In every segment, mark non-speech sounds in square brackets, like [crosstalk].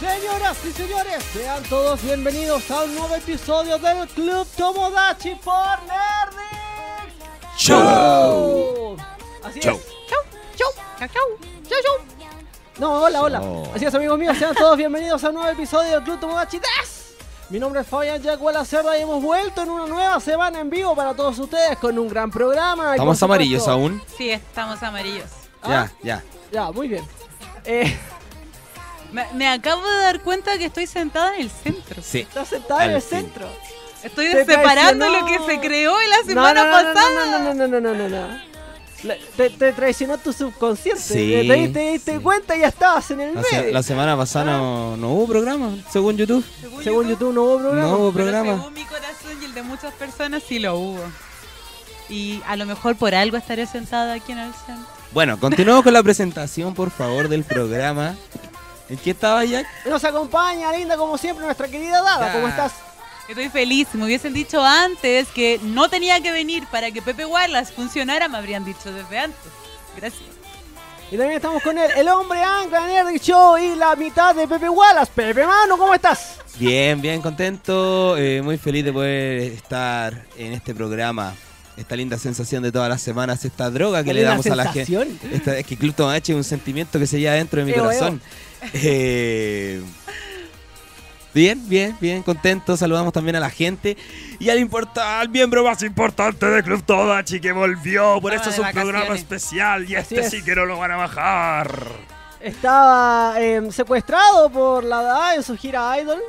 Señoras y señores, sean todos bienvenidos a un nuevo episodio del Club Tomodachi por Nerdix Show. Así Show. es. No, hola, hola. Show. Así es, amigos míos, sean todos bienvenidos a un nuevo episodio del Club Tomodachi Des. Mi nombre es Fabián Jack Cerda y hemos vuelto en una nueva semana en vivo para todos ustedes con un gran programa. y, por ¿Estamos supuesto- amarillos aún? Sí, estamos amarillos. Ah. Ya, ya. Ya, muy bien. Eh, Me, me acabo de dar cuenta que estoy sentada en el centro. Sí. estás sentada en Al el fin. centro. Estoy Te separando traicionó. lo que se creó en la semana pasada. No, no, no, no, no, no, no, no. La- Te, te traicionó tu subconsciente. Sí, te, te- te diste sí. cuenta y ya estabas en el La, medio. se- la semana pasada no, Ah. no hubo programa, según YouTube. Según YouTube no hubo programa. No hubo pero programa. Según mi corazón y el de muchas personas, sí lo hubo. Y a lo mejor por algo estaré sentada aquí en el centro. Bueno, continuamos con la presentación, por favor, del programa. ¿En qué estaba Jack? Nos acompaña, linda, como siempre, nuestra querida Dada. Ya. ¿Cómo estás? Estoy feliz. Me hubiesen dicho antes que no tenía que venir para que Pepe Wallace funcionara, me habrían dicho desde antes. Gracias. Y también estamos con él, el hombre ancla Nerd Show y la mitad de Pepe Wallace. Pepe Mano, ¿cómo estás? Bien, bien contento, eh, muy feliz de poder estar en este programa. Esta linda sensación de todas las semanas, esta droga que le Una damos a la gente. sensación. Esta, es que Club Tomache es un sentimiento que se lleva dentro de mi Eo, corazón. Eh, bien, bien, bien, contento. Saludamos también a la gente y al, importa- al miembro más importante de Club Tomache que volvió. Por eso Estaba es de un vacaciones. programa especial y este es. sí que no lo van a bajar. Estaba eh, secuestrado por la Dada en su gira Idol.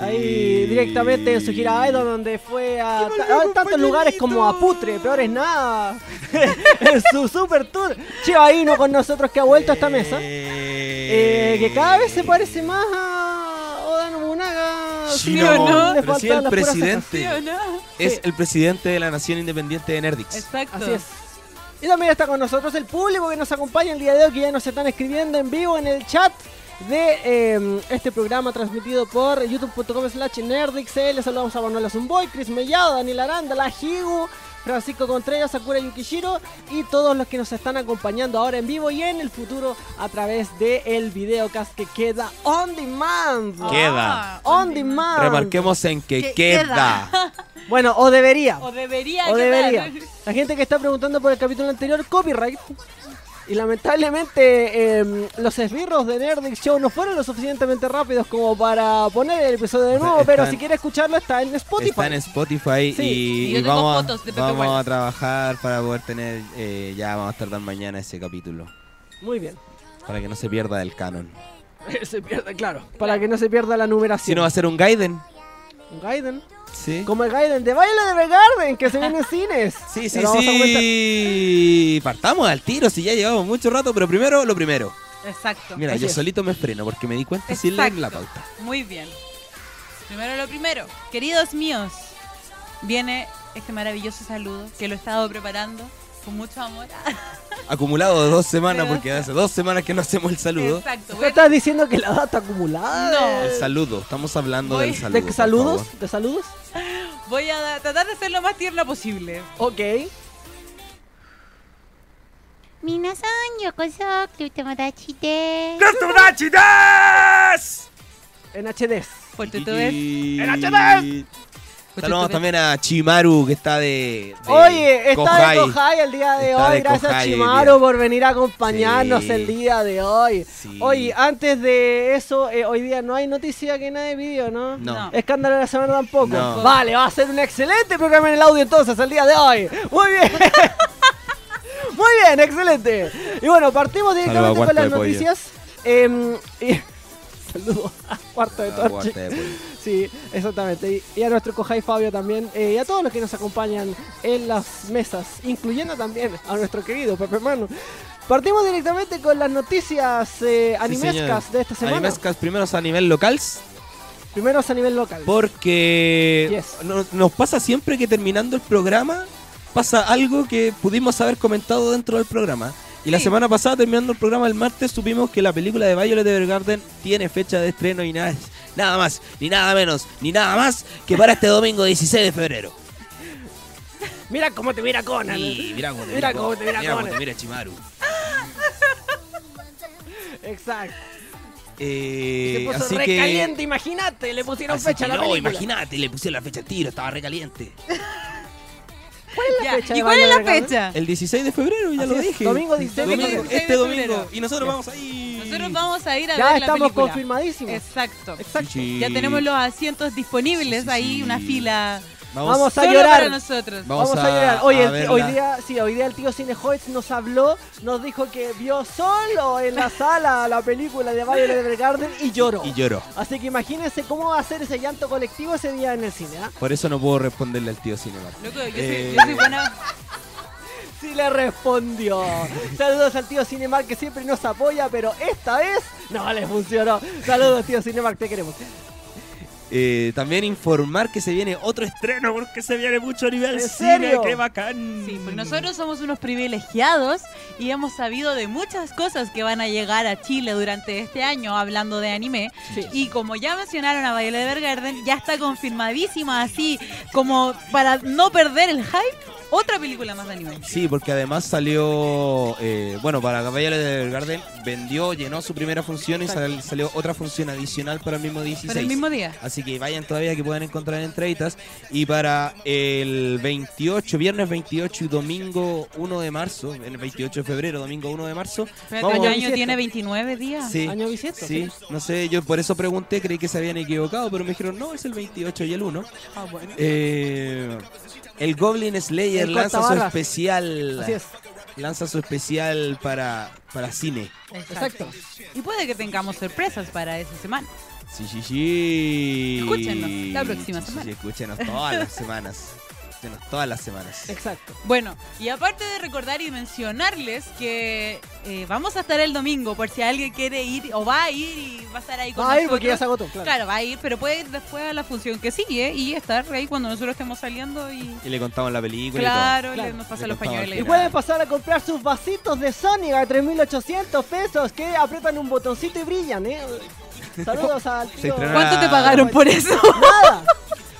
Ahí Sí. directamente en su gira Idol, donde fue a, ta- a tantos lugares como a Putre, peor es nada. [laughs] en su super tour. Chivaino con nosotros que ha vuelto a esta mesa. Eh, que cada vez se parece más a Oda Nobunaga. Sí, ¿Sí o no, no? Le pero sí, faltaban el las puras ¿Sí presidente o no? es el presidente de la Nación Independiente de Nerdix. Exacto. Así es. Y también está con nosotros el público que nos acompaña el día de hoy, que ya nos están escribiendo en vivo en el chat de eh, este programa transmitido por youtube.com slash nerdixl. Saludamos a Manuela Zumboy, Chris Mellado, Daniel Aranda, La Higu, Francisco Contreras, Sakura Yukishiro y todos los que nos están acompañando ahora en vivo y en el futuro a través del el videocast que queda on demand. ¿Qué? Queda. Ah, On demand. Remarquemos en que, Que queda. queda. Bueno, o debería. O debería O quedar. debería. [laughs] [laughs] La gente que está preguntando por el capítulo anterior, copyright. Y lamentablemente em, los esbirros de Nerdix Show no fueron lo suficientemente rápidos como para poner el episodio de nuevo, Está- pero está si en- quiere escucharlo está en Spotify. Está en Spotify Sí. y, Y yo y tengo vamos, fotos de a, Pepe vamos a Wallace. trabajar para poder tener, eh, ya vamos a tardar mañana ese capítulo, Muy bien. para que no se pierda del canon. [laughs] se pierde, claro. Para que no se pierda la numeración. Si no va a ser un Gaiden, Un Gaiden. ¿sí? Como el Gaiden de Baile de Garden que se viene en cines. [laughs] Sí, Ya sí, lo vamos a comentar. sí. Partamos al tiro, si ya llevamos mucho rato, pero primero lo primero. Exacto. Mira, Así yo es. solito me freno porque me di cuenta sin leer la Exacto. pauta. Muy bien. Primero lo primero. Queridos míos, viene este maravilloso saludo que lo he estado preparando con mucho amor. Ah, Acumulado de dos semanas, Pero- porque hace dos semanas que no hacemos el saludo. Exacto. ¿No voy a- estás diciendo que la data acumulada? No. El saludo, estamos hablando Voy- del ¿De saludo. ¿De por saludos? favor. ¿De saludos? Voy a da- tratar de ser lo más tierna posible. Ok. Minasan, yokoso, club tomodachi desu. En HDs. Porque tú ves. este Saludamos también a Chimaru, que está de. de Oye, está Kohai. de Cojay el día de Está hoy. de Gracias Cojay el Chimaru día. por venir a acompañarnos Sí. el día de hoy. Sí. Oye, antes de eso, eh, hoy día no hay noticia que nadie pidió, ¿no? No. Ah, No. Escándalo de la semana tampoco. No. Vale, va a ser un excelente programa en el audio entonces el día de hoy. Muy bien. [laughs] Muy bien, excelente. Y bueno, partimos Saludo a directamente con Cuarto las de Pollo. noticias. Em, y- [laughs] Saludos a Cuarto de Ah, Torchi. guarda de pollo. Sí, exactamente. Y, y a nuestro Cojai Fabio también. eh, y a todos los que nos acompañan en las mesas, incluyendo también a nuestro querido Pepe Mano. Partimos directamente con las noticias eh, [laughs] animescas señor. de esta semana. Animescas primeros a nivel local, Primero es a nivel local. porque Yes. no- nos pasa siempre que terminando el programa pasa algo que pudimos haber comentado dentro del programa. Y la Sí. semana pasada, terminando el programa el martes, supimos que la película de Violet Evergarden tiene fecha de estreno y nada, nada más, ni nada menos, ni nada más que para este domingo 16 de febrero. Mira cómo te mira Conan. Y mira cómo te Mira cómo te mira mira cómo Conan. te mira Chimaru. Exacto. Eh, Se puso así re que, caliente, imagínate, le pusieron así fecha a que la no, película. imagínate, le pusieron la fecha al tiro, estaba recaliente. la fecha ¿Y de cuál es la Banda de fecha? El 16 de febrero, ya Así lo es, dije. domingo 16 de Domingo, febrero. Este domingo. febrero. Y nosotros vamos ahí. Nosotros vamos a ir a Ya ver la estamos película. confirmadísimos. Exacto. Exacto. Sí, Ya sí. tenemos los asientos disponibles Sí, sí, ahí, sí. una fila Vamos a solo llorar. para nosotros. Vamos, a, llegar. hoy Hoy, el, hoy día, sí, hoy día el tío Cine Hoyts nos habló, nos dijo que vio solo en la sala la película de Violet Evergarden y lloró. Y lloró. Así que imagínense cómo va a ser ese llanto colectivo ese día en el cine. ¿ah? Por eso no puedo responderle al tío Cinema. Loco, yo, Eh, soy, yo soy buena. Sí le respondió. [laughs] Saludos al tío Cinemark que siempre nos apoya, pero esta vez no le funcionó. Saludos tío Cinemark, te queremos. eh, también informar que se viene otro estreno porque se viene mucho ¿En nivel cine. serio? ¡Qué bacán! Sí, pues nosotros somos unos privilegiados y hemos sabido de muchas cosas que van a llegar a Chile durante este año hablando de anime. Sí. Y como ya mencionaron a Violet Evergarden, ya está confirmadísima así como para no perder el hype, otra película más de anime. Sí, porque además salió, eh, bueno, para Caballero del Garden vendió, llenó su primera función y sal- salió otra función adicional para el mismo 16. Pero el mismo día. Así que vayan todavía que pueden encontrar entraditas. Y para el 28, viernes 28 y domingo 1 de marzo, el 28 de febrero, domingo 1 de marzo. Espérate, vamos- ¿el Año año bisiesto. tiene 29 días? Sí, Año bisiesto. sí, no sé, yo por eso pregunté, creí que se habían equivocado, pero me dijeron, no, es el 28 y el 1. Ah, bueno. Eh, el Goblin Slayer El lanza su cortabarras. especial Así es. lanza su especial para, para cine. Exacto. Y puede que tengamos sorpresas para esa semana. Sí, sí, sí. Escúchenos la próxima semana. escúchenos todas [laughs] las semanas. Escúchenos todas las semanas. Exacto. Bueno, y aparte de recordar y mencionarles que eh, vamos a estar el domingo por si alguien quiere ir o va a ir y va a estar ahí con Va a ir nosotros. porque ya se agotó, claro. Claro, va a ir, pero puede ir después a la función que sigue y estar ahí cuando nosotros estemos saliendo y... Y le contamos la película Claro, Claro. le- nos pasa Le los contamos Y pañuelos. que- pueden pasar a comprar sus vasitos de Sonic a 3.800 pesos que apretan un botoncito y brillan, ¿eh? Saludos al Se tío. estrenó la- ¿Cuánto te Ah, pagaron por eso? [laughs] Nada.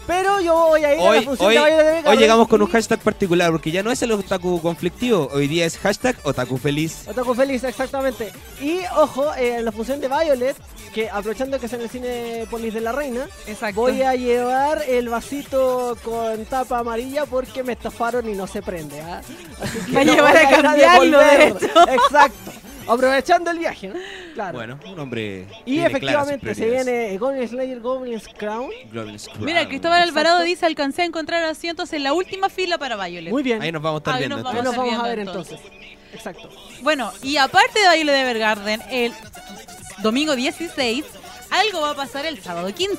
Pero yo voy a y ir todo. a la Hoy, función hoy, de Baile de Vega hoy llegamos con un y- hashtag particular porque ya no es el otaku conflictivo, hoy día es hashtag otaku feliz. Otaku Feliz, exactamente. Y ojo, eh, en la función de Violet, que aprovechando que es en el cine Polis de la Reina, Exacto. voy a llevar el vasito con tapa amarilla porque me estafaron y no se prende. ¿ah? Así que Va a lo llevar voy a ir cambiarlo, de devolver. Exacto. Aprovechando el viaje, ¿no? Claro. Bueno, un hombre. Y tiene claras sus efectivamente se prioridades. viene Goblin Slayer, Goblin's Crown. Global Scrum. Mira, Cristóbal Alvarado dice, alcancé a encontrar asientos en la última fila para Violet. Muy bien. Ahí nos vamos a estar Ahí viendo. nos Ahí entonces. nos Vamos a vamos ir a ver viendo entonces. Exacto. Bueno, y aparte de Baile de Evergarden, el domingo 16, algo va a pasar el sábado 15.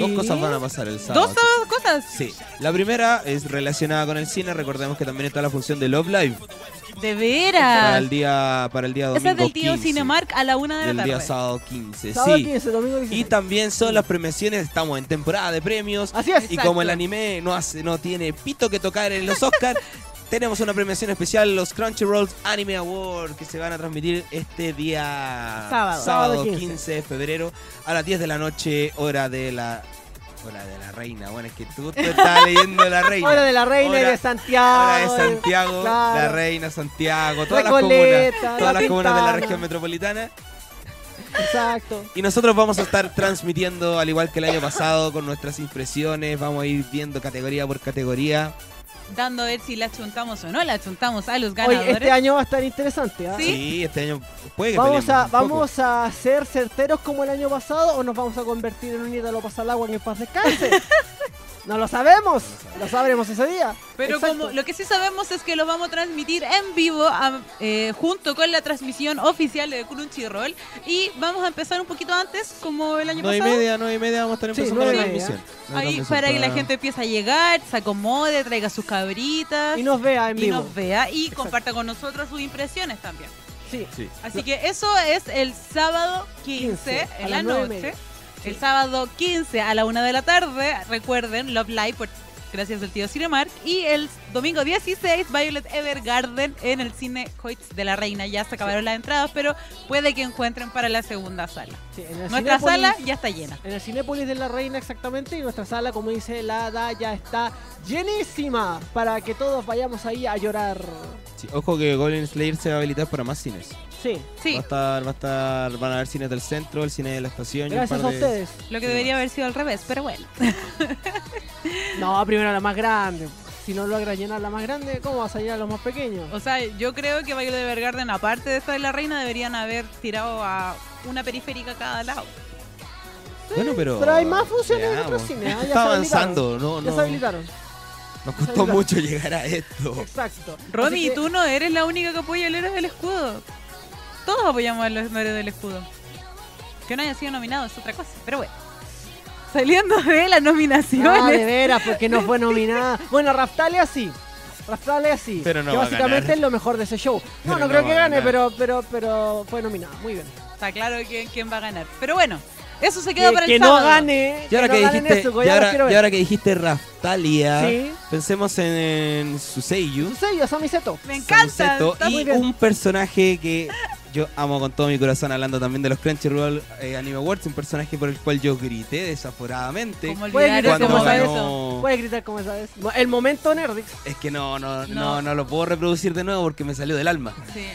Dos cosas van a pasar el sábado. Dos sábados cosas Sí, la primera es relacionada con el cine. Recordemos que también está la función de Love Live para De el veras. día, para el día domingo Esa es del tío 15, Cinemark a la una de del la día tarde. sábado 15, Sábado sí. 15, domingo 16. Y también son las premiaciones, estamos en temporada de premios. Así es. Y Ah, Exacto. como el anime no, hace, no tiene pito que tocar en los [laughs] Oscars, tenemos una premiación especial, los Crunchyroll Anime Award, que se van a transmitir este día Sábado. Sábado 15. 15 de febrero a las 10 de la noche, hora de la... Hora de la reina, bueno, es que tú te estás leyendo la reina. Hora de la Reina y Hora- de Santiago. Ahora de Santiago, Claro. la reina Santiago, todas las Recoleta, comunas, La todas las comunas de la Pintana. región metropolitana. Exacto. Y nosotros vamos a estar transmitiendo, al igual que el año pasado, con nuestras impresiones. Vamos a ir viendo categoría por categoría. Dando a ver si la chuntamos o no la chuntamos a los Oye, ganadores. este año va a estar interesante. ¿ah? Sí. Sí, este año puede que Vamos peleemos a, un poco. vamos a ser certeros como el año pasado o nos vamos a convertir en un ídolo pasa al agua que en paz [laughs] descanse. no lo sabemos, lo sabremos ese día. Pero Exacto. como lo que sí sabemos es que lo vamos a transmitir en vivo a- eh, junto con la transmisión oficial de Crunchyroll. Y vamos a empezar un poquito antes, como el año Nueve y pasado. media, nueve y media vamos a estar Sí, empezando la nueve y media. transmisión. La Ahí transmisión para que la gente empiece a llegar, se acomode, traiga sus cabritas Y nos vea en y vivo. nos vea y Exacto. comparta con nosotros sus impresiones también. Sí. Sí. Así que eso es el sábado 15, 15, a en la las nueve y noche. media. El sábado 15 a la 1 de la tarde, recuerden, Love Live por gracias al tío Cinemark. Y el domingo 16, Violet Evergarden en el cine Coits de la Reina. Ya se acabaron las entradas, pero puede que encuentren para la segunda sala. Sí, en el Nuestra Cinépolis- sala ya está llena. En el Cinépolis de la Reina exactamente y nuestra sala, como dice la Ada, ya está llenísima para que todos vayamos ahí a llorar. Sí, ojo que Golden Slayer se va a habilitar para más cines. Sí, Sí, Va a estar, va a estar, van a haber cines del centro, el cine de la estación. y un gracias par a de- ustedes. lo que debería haber sido al revés, pero bueno. No, primero la más grande. Si no logras llenar la más grande, ¿cómo vas a llenar a los más pequeños? [laughs] O sea, yo creo que Violet Evergarden, aparte de esta de la Reina, deberían haber tirado a una periférica a cada lado. Bueno, pero. Pero hay más funciones en Veamos. otros cines. ¿ah? Ya Está se avanzando, no, Oh, habilitaron. Ya no. se habilitaron. Nos costó mucho llegar a esto. [laughs] Exacto. Romy, Así que- tú no eres la única que apoya el héroe del escudo. Todos apoyamos a los héroes del escudo. Que no haya sido nominado es otra cosa, pero bueno. Saliendo de las nominaciones. Ah, de veras, porque no fue nominada. Bueno, Raftalia sí. Raftalia sí. Pero no que va a básicamente ganar. es lo mejor de ese show. No, Pero no no creo va que a gane, ganar. pero, pero, pero fue nominada. Muy bien. Está claro quién, quién va a ganar. Pero bueno, eso se queda que, para el que no sábado. gane. Y ahora no que ganen dijiste, eso, porque y ya los ahora, quiero y ver. ahora que dijiste Raftalia, Sí. pensemos en, en Suseyu, Sí, yo Sammy Seto. Me encanta. Samuseto, está muy y bien. un personaje que yo amo con todo mi corazón, hablando también de los Crunchyroll eh, Anime Awards, un personaje por el cual yo grité desaforadamente. ¿Cómo Puede olvidar que ese cuando momento? ganó- Puedes gritar como sabes. El momento Nerdix. Es que no no, no, No. no, lo puedo reproducir de nuevo porque me salió del alma. Sí.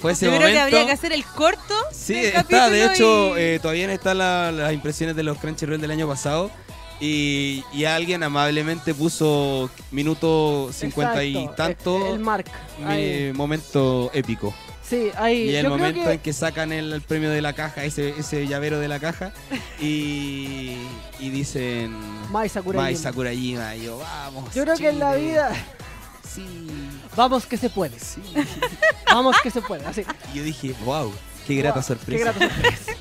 Fue ese Yo creo que momento. habría que hacer el corto. Sí, del está, de capítulo hecho, y- eh, todavía están la- las impresiones de los Crunchyroll del año pasado. Y, y alguien amablemente puso minuto cincuenta y Exacto, tanto El, el Mark. mi- ahí. momento épico. Sí, ahí. Y el yo momento creo en que. que sacan el, el premio de la caja, ese, ese llavero de [laughs] la caja, y, y dicen Mai Sakurajima. Mai Sakurajima. Y yo, vamos. Yo creo que en la Chile". vida. Sí, Vamos que se puede. sí. Vamos que se puede. Así. Y yo dije, wow, qué grata Guau, sorpresa. Qué grata sorpresa.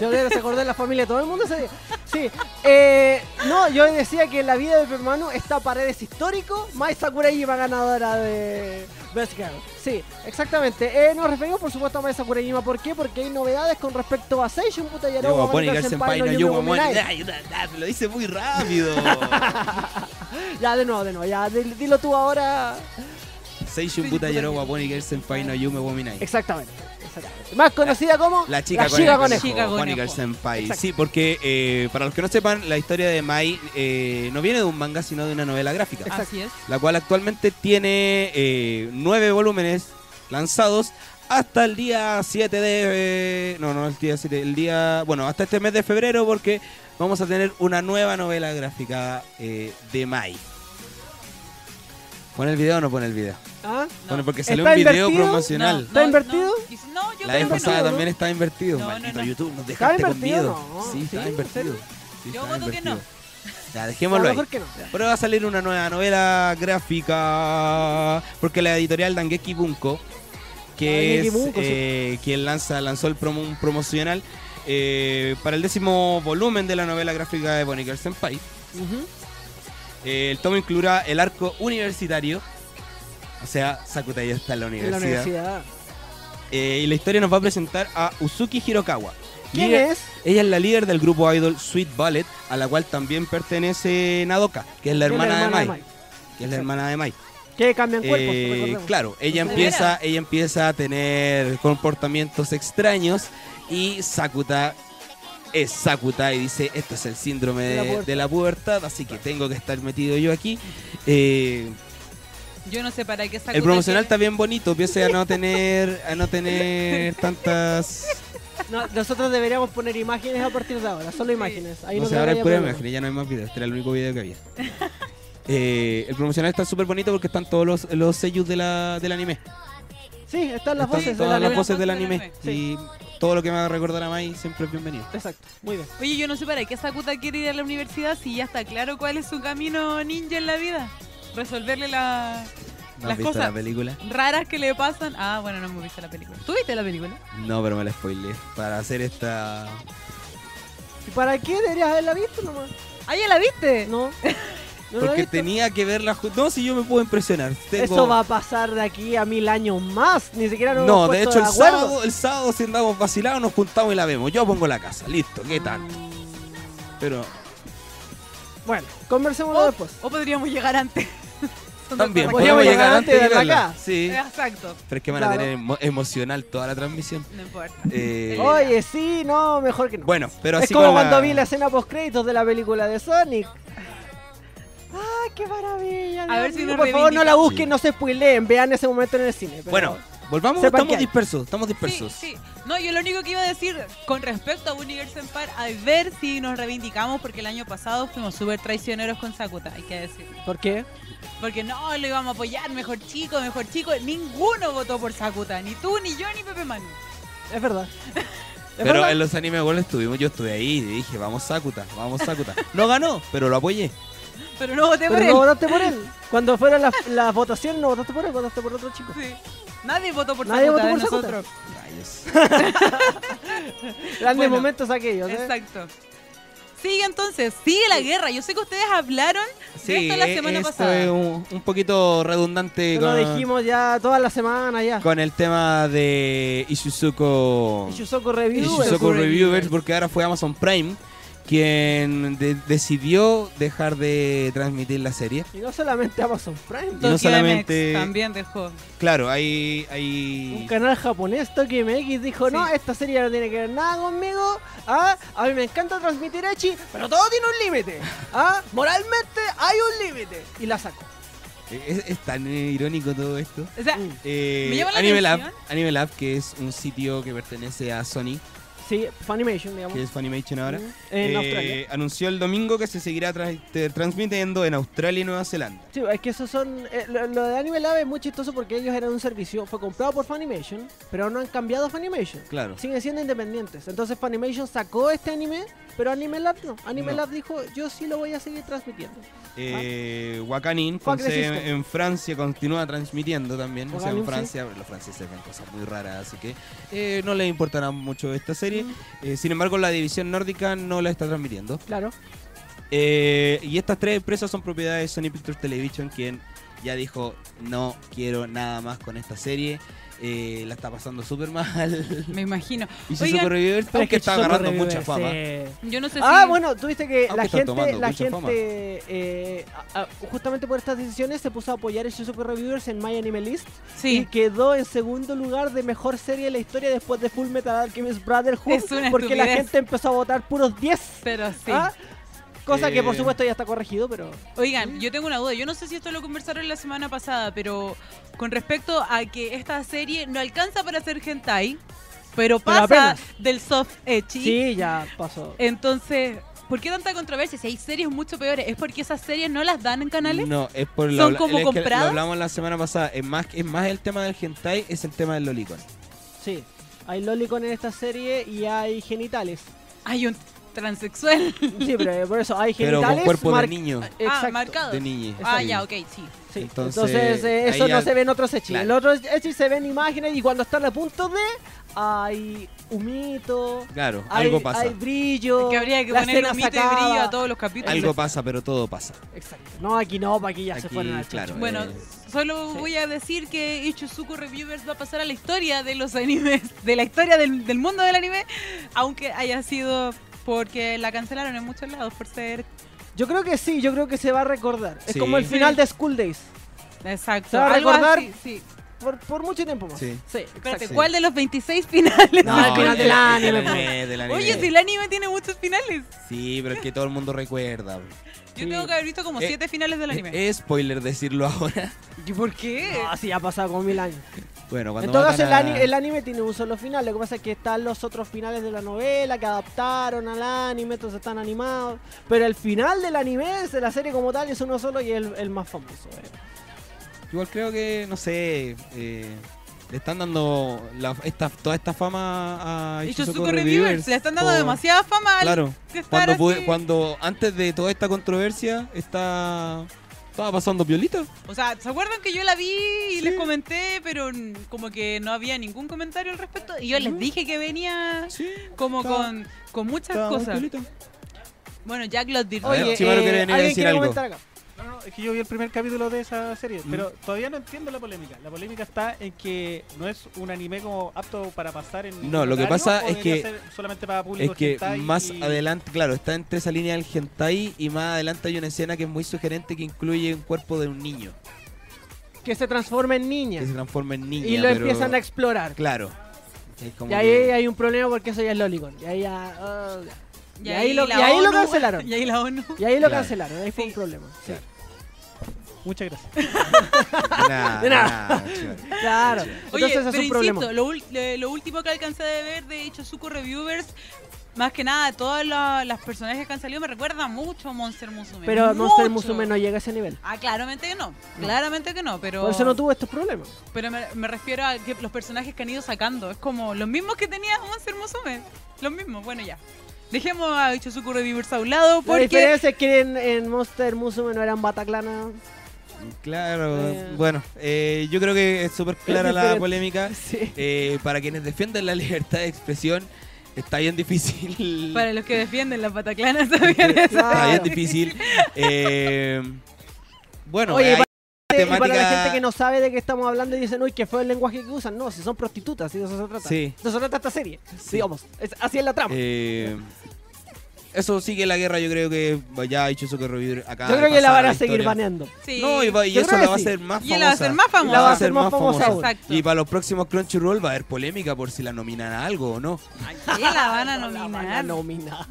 Yo creo que se acordó de la familia de todo el mundo ese día. Sí. eh, no, yo decía que en la vida de mi hermano esta pared es histórico. Mai Sakurajima ganadora de Best Girl. Sí, exactamente. Eh, nos referimos por supuesto a Mai Sakurajima. ¿Por qué? Porque hay novedades con respecto a Seishun Putayaro. Yo, Waponi, Girl Senpai, no, yo, Wamoni. ya. Ay, da, da, Lo dice muy [laughs] rápido. ya, de nuevo, de nuevo. Ya, dil- dilo tú ahora. Seishun Buta Yero Waponi Girl Senpai no Yume Wominai. Exactamente. exactamente. Más conocida como La chica la con chica el conejo. Chica conejo. Waponi Girl Senpai. Exacto. Sí, porque eh, para los que no sepan, la historia de Mai eh, no viene de un manga, sino de una novela gráfica. Así es. la cual actualmente tiene eh, nueve volúmenes lanzados hasta el día 7 de... eh, no, no, el día 7, el día... Bueno, hasta este mes de febrero porque vamos a tener una nueva novela gráfica eh, de Mai. ¿Pone el video o no pone el video? ¿Ah? No. Bueno, porque salió ¿Está un video invertido? promocional. ¿Está invertido? No, y- no, La yo creo vez que pasada no. ¿no? también estaba invertido. No, no, Maldito no. YouTube, nos dejaste con invertido, miedo. no? Sí, está Sí, ¿en invertido. serio? Sí, Yo está voto que no. invertido. Ya, A dejémoslo lo ahí. mejor que no. Pero va a salir una nueva novela gráfica porque la editorial Dangeki Bunko, que Dangeki es Bunko, sí. eh, quien lanza, lanzó el promo, un promocional eh, para el décimo volumen de la novela gráfica de Bonnie Girl Senpai. Ujú. Eh, el tomo incluirá el arco universitario, o sea, Sakuta ya está en la En la universidad. universidad. Eh, y la historia nos va a presentar a Uzuki Hirokawa. ¿Quién líder- es? Ella es la líder del grupo idol Sweet Ballet, a la cual también pertenece Nadoka, que es la hermana, de Mai. que es la Exacto. hermana de Mai. Que cambian cuerpos, Eh, recordemos. claro, ella ¿De empieza, veras? ella empieza a tener comportamientos extraños y Sakuta es Sakuta y dice, esto es el síndrome De la de, pubertad. de la pubertad, así que tengo que estar metido yo aquí. Eh, Yo no sé para qué saco el promocional quiere- está bien bonito, empieza a no tener, a [laughs] no tener tantas... No, nosotros deberíamos poner imágenes a partir de ahora, solo imágenes. Ahí no no sé, creo que ahora hay haya pura problema. imagen, ya no hay más videos, este era el único video que había. [laughs] Eh, el promocional está súper bonito porque están todos los, los sellos de la- del anime. Sí, están las Están voces de todas la las novela. voces del anime. Sí. Y todo lo que me va a recordar a Mai siempre es bienvenido. Exacto, muy bien. Oye, yo no sé para qué Sakuta quiere ir a la universidad si ya está claro cuál es su camino ninja en la vida. Resolverle la- ¿No has Las visto cosas- la película? raras que le pasan. Ah, bueno, no hemos visto la película. ¿Tú viste la película? No, pero me la spoileé. Para hacer esta. ¿Y para qué deberías haberla visto nomás? Ah, ya la viste. [laughs] No. no la he Porque visto. tenía que verla. ju- No, si yo me puedo impresionar. Tengo- Eso va a pasar de aquí a mil años más. Ni siquiera nos No, hemos de puesto hecho, el acuerdo. sábado, el sábado, si andamos vacilados, nos juntamos y la vemos. Yo pongo la casa, listo, ¿qué tal? Pero Bueno, conversémoslo O, después. o podríamos llegar antes. [laughs] Son dos También, cosas que- Podríamos podríamos llegar llegar antes y antes de verla. acá. Sí, Exacto, pero es que van a Claro. tener emo- emocional toda [laughs] la transmisión. no importa. Eh, Oye, sí, no, mejor que no. Bueno, pero así es como con cuando vi la escena post créditos de la película de Sonic. ¡Ah, qué maravilla! A ver Dios si mío, nos por favor no la reivindica. busquen, Sí. no se spoileen, vean ese momento en el cine. pero- Bueno, Sepan volvamos, que estamos hay. dispersos, estamos Sí, dispersos. sí. No, yo lo único que iba a decir con respecto a Universo en Par, a ver si nos reivindicamos, porque el año pasado fuimos súper traicioneros con Sakuta, hay que decir. ¿por qué? Porque no, lo íbamos a apoyar, mejor chico, mejor chico. Ninguno votó por Sakuta, ni tú, ni yo, ni Pepe Manu. Es verdad. Es Pero verdad. en los anime goles estuvimos, yo estuve ahí y dije, vamos Sakuta, vamos Sakuta. No ganó, pero lo apoyé. Pero no voté por Pero no él. votaste por [laughs] él. Cuando fuera la, la votación, no votaste por él, votaste por otro chico. Sí. Nadie votó por Nadie Sakuta votó de por Sakuta. nosotros. [laughs] Rayos. Grandes Bueno, momentos aquellos. ¿eh? Exacto. Sigue entonces, sigue la guerra. Yo sé que ustedes hablaron de Sí, esto la semana esto pasada. es un, un poquito redundante Eso Lo con, dijimos ya toda la semana ya. con el tema de Ishizuko, Ishizoku Review. Ishizuko Reviewers, porque ahora fue Amazon Prime quien de- decidió dejar de transmitir la serie. Y no solamente Amazon Prime. Y no Tokyo solamente- MX también dejó. Claro, hay... Un hay... canal japonés, Tokyo MX, dijo, Sí. no, esta serie no tiene que ver nada conmigo. ¿ah? A mí me encanta transmitir Echi, pero todo tiene un límite. ¿ah? Moralmente hay un límite. Y la sacó. Es, es tan irónico todo esto. O sea, Mm. Eh, Me llama la Anime Lab, atención. Anime Lab, que es un sitio que pertenece a Sony, Sí, Funimation, digamos. que es Funimation ahora, Mm, En eh, Australia. anunció el domingo que se seguirá tra- te- transmitiendo en Australia y Nueva Zelanda. Sí, es que esos son. eh, lo, lo de Anime Lab es muy chistoso porque ellos eran un servicio, fue comprado por Funimation, pero no han cambiado a Funimation. Claro. Siguen siendo independientes. Entonces Funimation sacó este anime, pero Anime Lab no. Anime No. Lab dijo, yo sí lo voy a seguir transmitiendo. Ah. Eh, Wakanin, Fuck con the sede en, system. en Francia, continúa transmitiendo también. O sea, Wakanin, en sí. Francia, los franceses ven cosas muy raras, así que eh, no les importará mucho esta serie. Mm. Eh, sin embargo, la división nórdica no la está transmitiendo. Claro. Eh, y estas tres empresas son propiedad de Sony Pictures Television, quien ya dijo, no quiero nada más con esta serie. Eh, la está pasando súper mal. me imagino. y Oigan, Shizuko Reviewers, Pero aunque que está Chizoku agarrando Reviewer, mucha fama. sí. Yo no sé Ah, si... bueno, tuviste que Ah, la que está gente, tomando la mucha gente fama. eh, a- a- justamente por estas decisiones se puso a apoyar a Super Reviewers en My Anime List y Sí, quedó en segundo lugar de mejor serie de la historia después de Full Metal Alchemist Brotherhood Es una porque la estupidez. gente empezó a votar puros 10. pero sí. ¿ah? Cosa que por Eh. supuesto ya está corregido, pero Oigan, yo tengo una duda. Yo no sé si esto lo conversaron la semana pasada, pero con respecto a que esta serie no alcanza para ser hentai, pero pasa apenas. del soft sí, echi. ya pasó. Eh. Entonces, ¿por qué tanta controversia? Si hay series mucho peores, ¿es porque esas series no las dan en canales? No, es por ¿Son lo, habla- como es que compradas? lo hablamos la semana pasada. Es más, es más el tema del hentai, es el tema del lolicon. Sí. Hay lolicon en esta serie y hay genitales. Hay un transexual. Sí, pero eh, por eso hay Pero con genitales cuerpo mar- de niño. Exacto. Ah, marcado. De niña. Ah, Exacto. ya, ok, sí. Sí, Entonces, Entonces, eh, eso ahí no al- se ve en otros hechis. Claro. En los otros hechis se ven imágenes y cuando están a punto de hay humito, Claro, hay, algo pasa. hay brillo. Que habría que la ponerle escena un mito y se acaba. brillo a todos los capítulos. Algo pasa, pero todo pasa. Exacto. No, aquí no, aquí ya se Aquí, fueron al claro. chancho. Bueno, Eh, [laughs] solo sí. voy a decir que Ichizuku Reviewers va a pasar a la historia de los animes, de la historia del, del mundo del anime, aunque haya sido porque la cancelaron en muchos lados por ser... Yo creo que sí, yo creo que se va a recordar. Es eh. Sí. como el Sí. final de School Days. Exacto. ¿Se va a algo recordar? así, sí. Por, por mucho tiempo más. Sí. exacto. Espérate, Sí. ¿cuál de los 26 finales? No, al final el- del anime, pues. po. anime, del [laughs] anime. Oye, si el anime tiene muchos finales. Sí, pero es que todo el [laughs] mundo recuerda. Yo Sí. tengo que haber visto como Eh, 7 finales del anime. Es spoiler decirlo ahora. [laughs] ¿Y por qué? No, sí, ya ha pasado como mil años. Bueno, cuando En todo caso, matan el, a- ani- el anime tiene un solo final. Lo que pasa es que están los otros finales de la novela que adaptaron al anime, entonces están animados. Pero el final del anime, de la serie como tal, es uno solo y es el, el más famoso. eh. Igual creo que, no sé, eh, le están dando la- esta, toda esta fama a Ichizuku Reviewers, le están dando por- demasiada fama al Oh. Claro, que estar cuando, así. pude- cuando antes de toda esta controversia, está, estaba pasando violita. O sea, ¿se acuerdan que yo la vi y Sí. les comenté, pero mm, como que no había ningún comentario al respecto? Y yo les Ujú. dije que venía Sí, como Estaba- con, con muchas estaba muy cosas. violita. Bueno, Jack los A ver, dirtió. Oye, Chimaro eh, quiere venir a alguien decir quiere algo. comentar acá. es que yo vi el primer capítulo de esa serie, Mm. pero todavía no entiendo la polémica. La polémica está en que no es un anime como apto para pasar en. No, lo que horario, pasa o es debería que- ser solamente para público Es que hentai más y- adelante, claro, está entre esa línea del hentai y más adelante hay una escena que es muy sugerente que incluye un cuerpo de un niño Que se transforma en niña. que se transforma en niña. Y lo pero- empiezan a explorar. Claro. Es como Y ahí que- hay un problema porque eso ya es Lolicon. Y ahí, ya, ah, y ahí lo, la y ahí lo ONU, cancelaron. [laughs] Y ahí la ONU. Y ahí lo Claro. cancelaron. Ahí fue Sí. un problema. sí. Claro. Muchas gracias. [laughs] Nah, De nada. nah, chido. Claro. Oye, Oye, Entonces es pero un problema. insisto, lo, ul- eh, lo último que alcancé de ver de Ichizuku Reviewers, más que nada, todas la- las personajes que han salido me recuerdan mucho a Monster Musume. Pero Monster mucho. Musume no llega a ese nivel. Ah, claramente que no. Claramente que no, pero. Por eso no tuvo estos problemas. Pero me, me refiero a que los personajes que han ido sacando. Es como los mismos que tenía Monster Musume. Los mismos, bueno, ya. Dejemos a Ichizuku Reviewers a un lado La porque. diferencia es que en, en Monster Musume no eran Bataclana. Claro, Eh. bueno, eh, yo creo que es súper clara la diferente. polémica. Sí. Eh, para quienes defienden la [laughs] libertad de expresión, está bien difícil. Para los que defienden las [laughs] pataclanas también eso. [laughs] Está bien Claro. Ah, difícil. Eh, bueno, Oye, y hay para, Eh, y para la temática- gente que no sabe de qué estamos hablando y dicen, uy, que fue el lenguaje que usan. No, si son prostitutas, si de eso se trata. Sí. De eso se trata esta serie. Sí. Digamos, es- así es la trama. eh, eso sigue la guerra, yo creo que ya ha hecho eso que revivir acá. Yo creo que la van a seguir baneando baneando. Sí. No, y, va- y Yo eso creo la que va a sí. hacer más Y famosa. la va a hacer más famosa. La va a hacer más famosa aún. Exacto. Y para los próximos Crunchyroll va a haber polémica por si la nominan a algo o no. Sí, la van a No la van a nominar. nominar.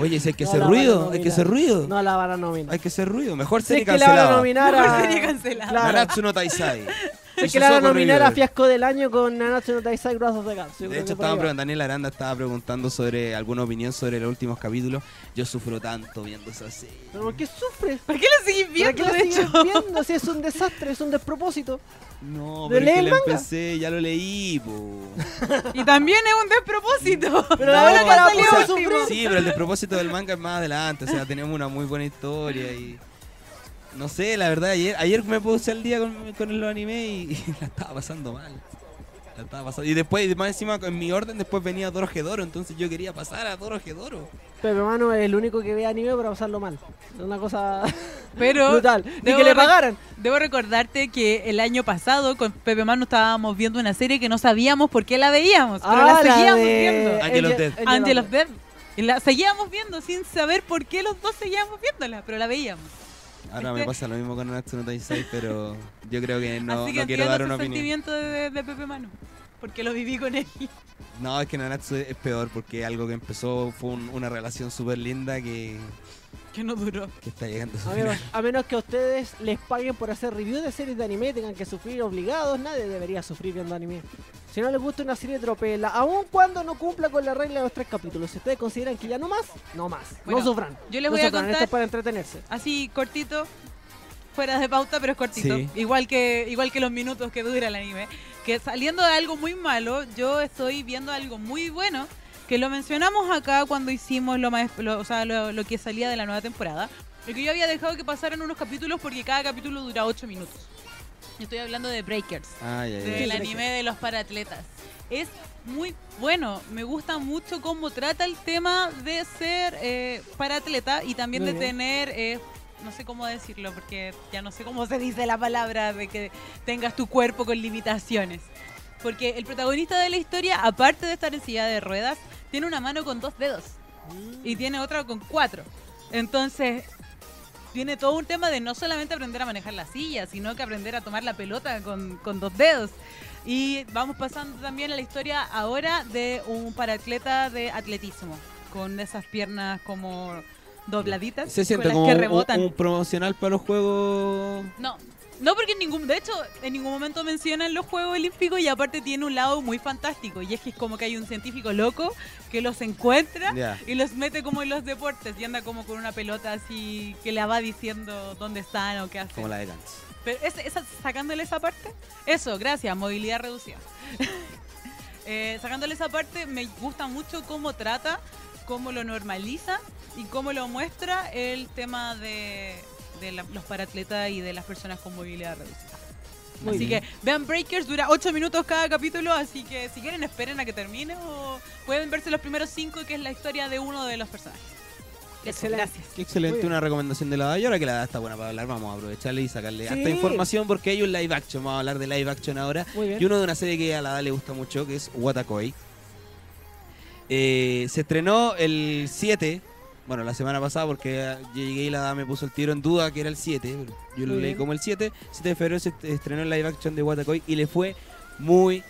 Oye, si hay que No hacer la van a ruido, hay que nominar. hacer ruido. No la van a nominar. Hay que hacer ruido. Mejor Si serie es que la van a cancelada. nominar a... Mejor serie cancelada. Claro. Nanatsu no Taisai. [laughs] Es que la van a Shizuoka nominar a Reviver. Fiasco del Año con Nanatsu no Taizai Wrath of the Gods. Yo De creo que hecho, por ahí estaba va. preguntando, Daniel Aranda estaba preguntando sobre alguna opinión sobre los últimos capítulos. Yo sufro tanto viendo esa serie. ¿Pero por qué sufres? ¿Por qué la sigues ¿Para viendo, qué la de hecho? sigues viendo? Si es un desastre, es un despropósito. No, ¿Pero pero es leí que el la manga? empecé, ya lo leí, po. Y también es un despropósito. Pero No, la verdad que para la salió puse a último. sufrir. Sí, pero el despropósito del manga es más adelante. O sea, tenemos una muy buena historia y. No sé, la verdad, ayer, ayer me puse al día con, con los animes y, [laughs] y la estaba pasando mal. La estaba pasando. Y después, y más encima, en mi orden, después venía Doro Gedoro. Entonces yo quería pasar a Doro Gedoro. Pero hermano es el único que ve anime para pasarlo mal. Es una [laughs] cosa Pero brutal. Ni debo que le re- pagaran. Debo recordarte que el año pasado con Pepe Manu estábamos viendo una serie que no sabíamos por qué la veíamos, pero la Ah, la seguíamos de viendo. Angel of Death. Angel of Death. Y la seguíamos viendo sin saber por qué los dos seguíamos viéndola, pero la veíamos. Ahora me Este- pasa lo mismo con Natsu no Taisai, pero yo creo que no, Así que no quiero entiendo dar ese una opinión. sentimiento de, de Pepe Manu, porque lo viví con él. [laughs] No, es que Nanatsu es peor porque algo que empezó fue un- una relación súper linda que, Que no duró. que está llegando a su A final. menos, a menos que a ustedes les paguen por hacer reviews de series de anime y tengan que sufrir obligados, nadie debería sufrir viendo anime. Si no les gusta una serie, tropela, aun cuando no cumpla con la regla de los tres capítulos. Si ustedes consideran que ya no más, no más. Bueno, no sufran. yo les No voy a sufran, contar- Esto es para entretenerse. Así cortito, fuera de pauta, pero es cortito. Sí. Igual que igual que los minutos que dura el anime. Que saliendo de algo muy malo, yo estoy viendo algo muy bueno. Que lo mencionamos acá cuando hicimos lo, más, lo- o sea, lo, lo que salía de la nueva temporada. Lo que yo había dejado que pasaran unos capítulos porque cada capítulo dura 8 minutos. Yo Estoy hablando de Breakers Ay, ay, ay. del anime de los paratletas. Es muy bueno, me gusta mucho cómo trata el tema de ser eh, paratleta y también Muy de bien. tener, eh, no sé cómo decirlo, porque ya no sé cómo se dice la palabra de que tengas tu cuerpo con limitaciones. Porque el protagonista de la historia, aparte de estar en silla de ruedas, tiene una mano con dos dedos y tiene otra con cuatro. Entonces, tiene todo un tema de no solamente aprender a manejar la silla, sino que aprender a tomar la pelota con, con dos dedos. Y vamos pasando también a la historia ahora de un paratleta de atletismo, con esas piernas como dobladitas, Se siente con las como que un- rebotan. un, promocional para los juegos. No, no porque en ningún, de hecho, en ningún momento mencionan los Juegos Olímpicos y aparte tiene un lado muy fantástico y es que es como que hay un científico loco que los encuentra Ya. y los mete como en los deportes y anda como con una pelota así que la va diciendo dónde están o qué hacen. Como la de Gantz. Pero ese- esa- sacándole esa parte, eso, gracias, movilidad reducida. [laughs] Eh, sacándole esa parte, me gusta mucho cómo trata, cómo lo normaliza y cómo lo muestra el tema de, de la- los paratletas y de las personas con movilidad reducida. Muy así que vean Breakers, dura 8 minutos cada capítulo, así que si quieren esperen a que termine o pueden verse los primeros 5 que es la historia de uno de los personajes. Eso, Excelente. gracias. Qué excelente Muy bien. una recomendación de la Dada. Y ahora que la Dada está buena para hablar, vamos a aprovecharle y sacarle Sí. hasta información porque hay un live action. Vamos a hablar de live action ahora. Muy bien. Y uno de una serie que a la Dada le gusta mucho, que es Watakoi. Eh, se estrenó el 7, bueno, la semana pasada, porque yo llegué y la Dada me puso el tiro en duda que era el 7. pero Yo lo Muy leí bien. como el 7. 7 de febrero se estrenó el live action de Watakoi y le fue muy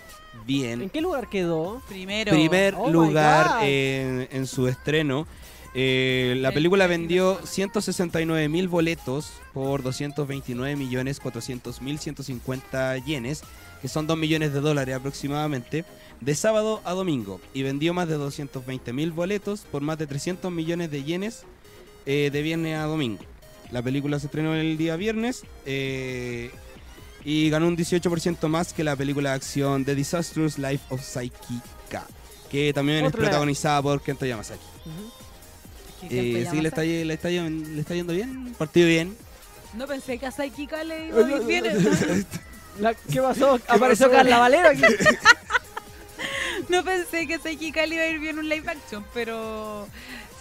bien. ¿En qué lugar quedó? Primero. primer Oh my God. lugar en, en su estreno. Eh, la El película primer vendió lugar. 169 mil boletos por 229 millones 400 mil 150 yenes, que son 2 millones de dólares aproximadamente, de sábado a domingo. Y vendió más de 220 mil boletos por más de 300 millones de yenes eh, de viernes a domingo. La película se estrenó el día viernes eh, y ganó un 18% más que la película de acción The Disastrous Life of Psychica, que también Otro es lado. protagonizada por Kento Yamasaki. Que Eh, sí, Kento le Yamazaki. está, ye- le, está, ye- le está yendo bien, partido bien. No pensé que a Saikika le iba bien. ¿no? La- ¿Qué pasó? Apareció Carla Valero aquí. [laughs] No pensé que Saikika le iba a ir bien un live action, pero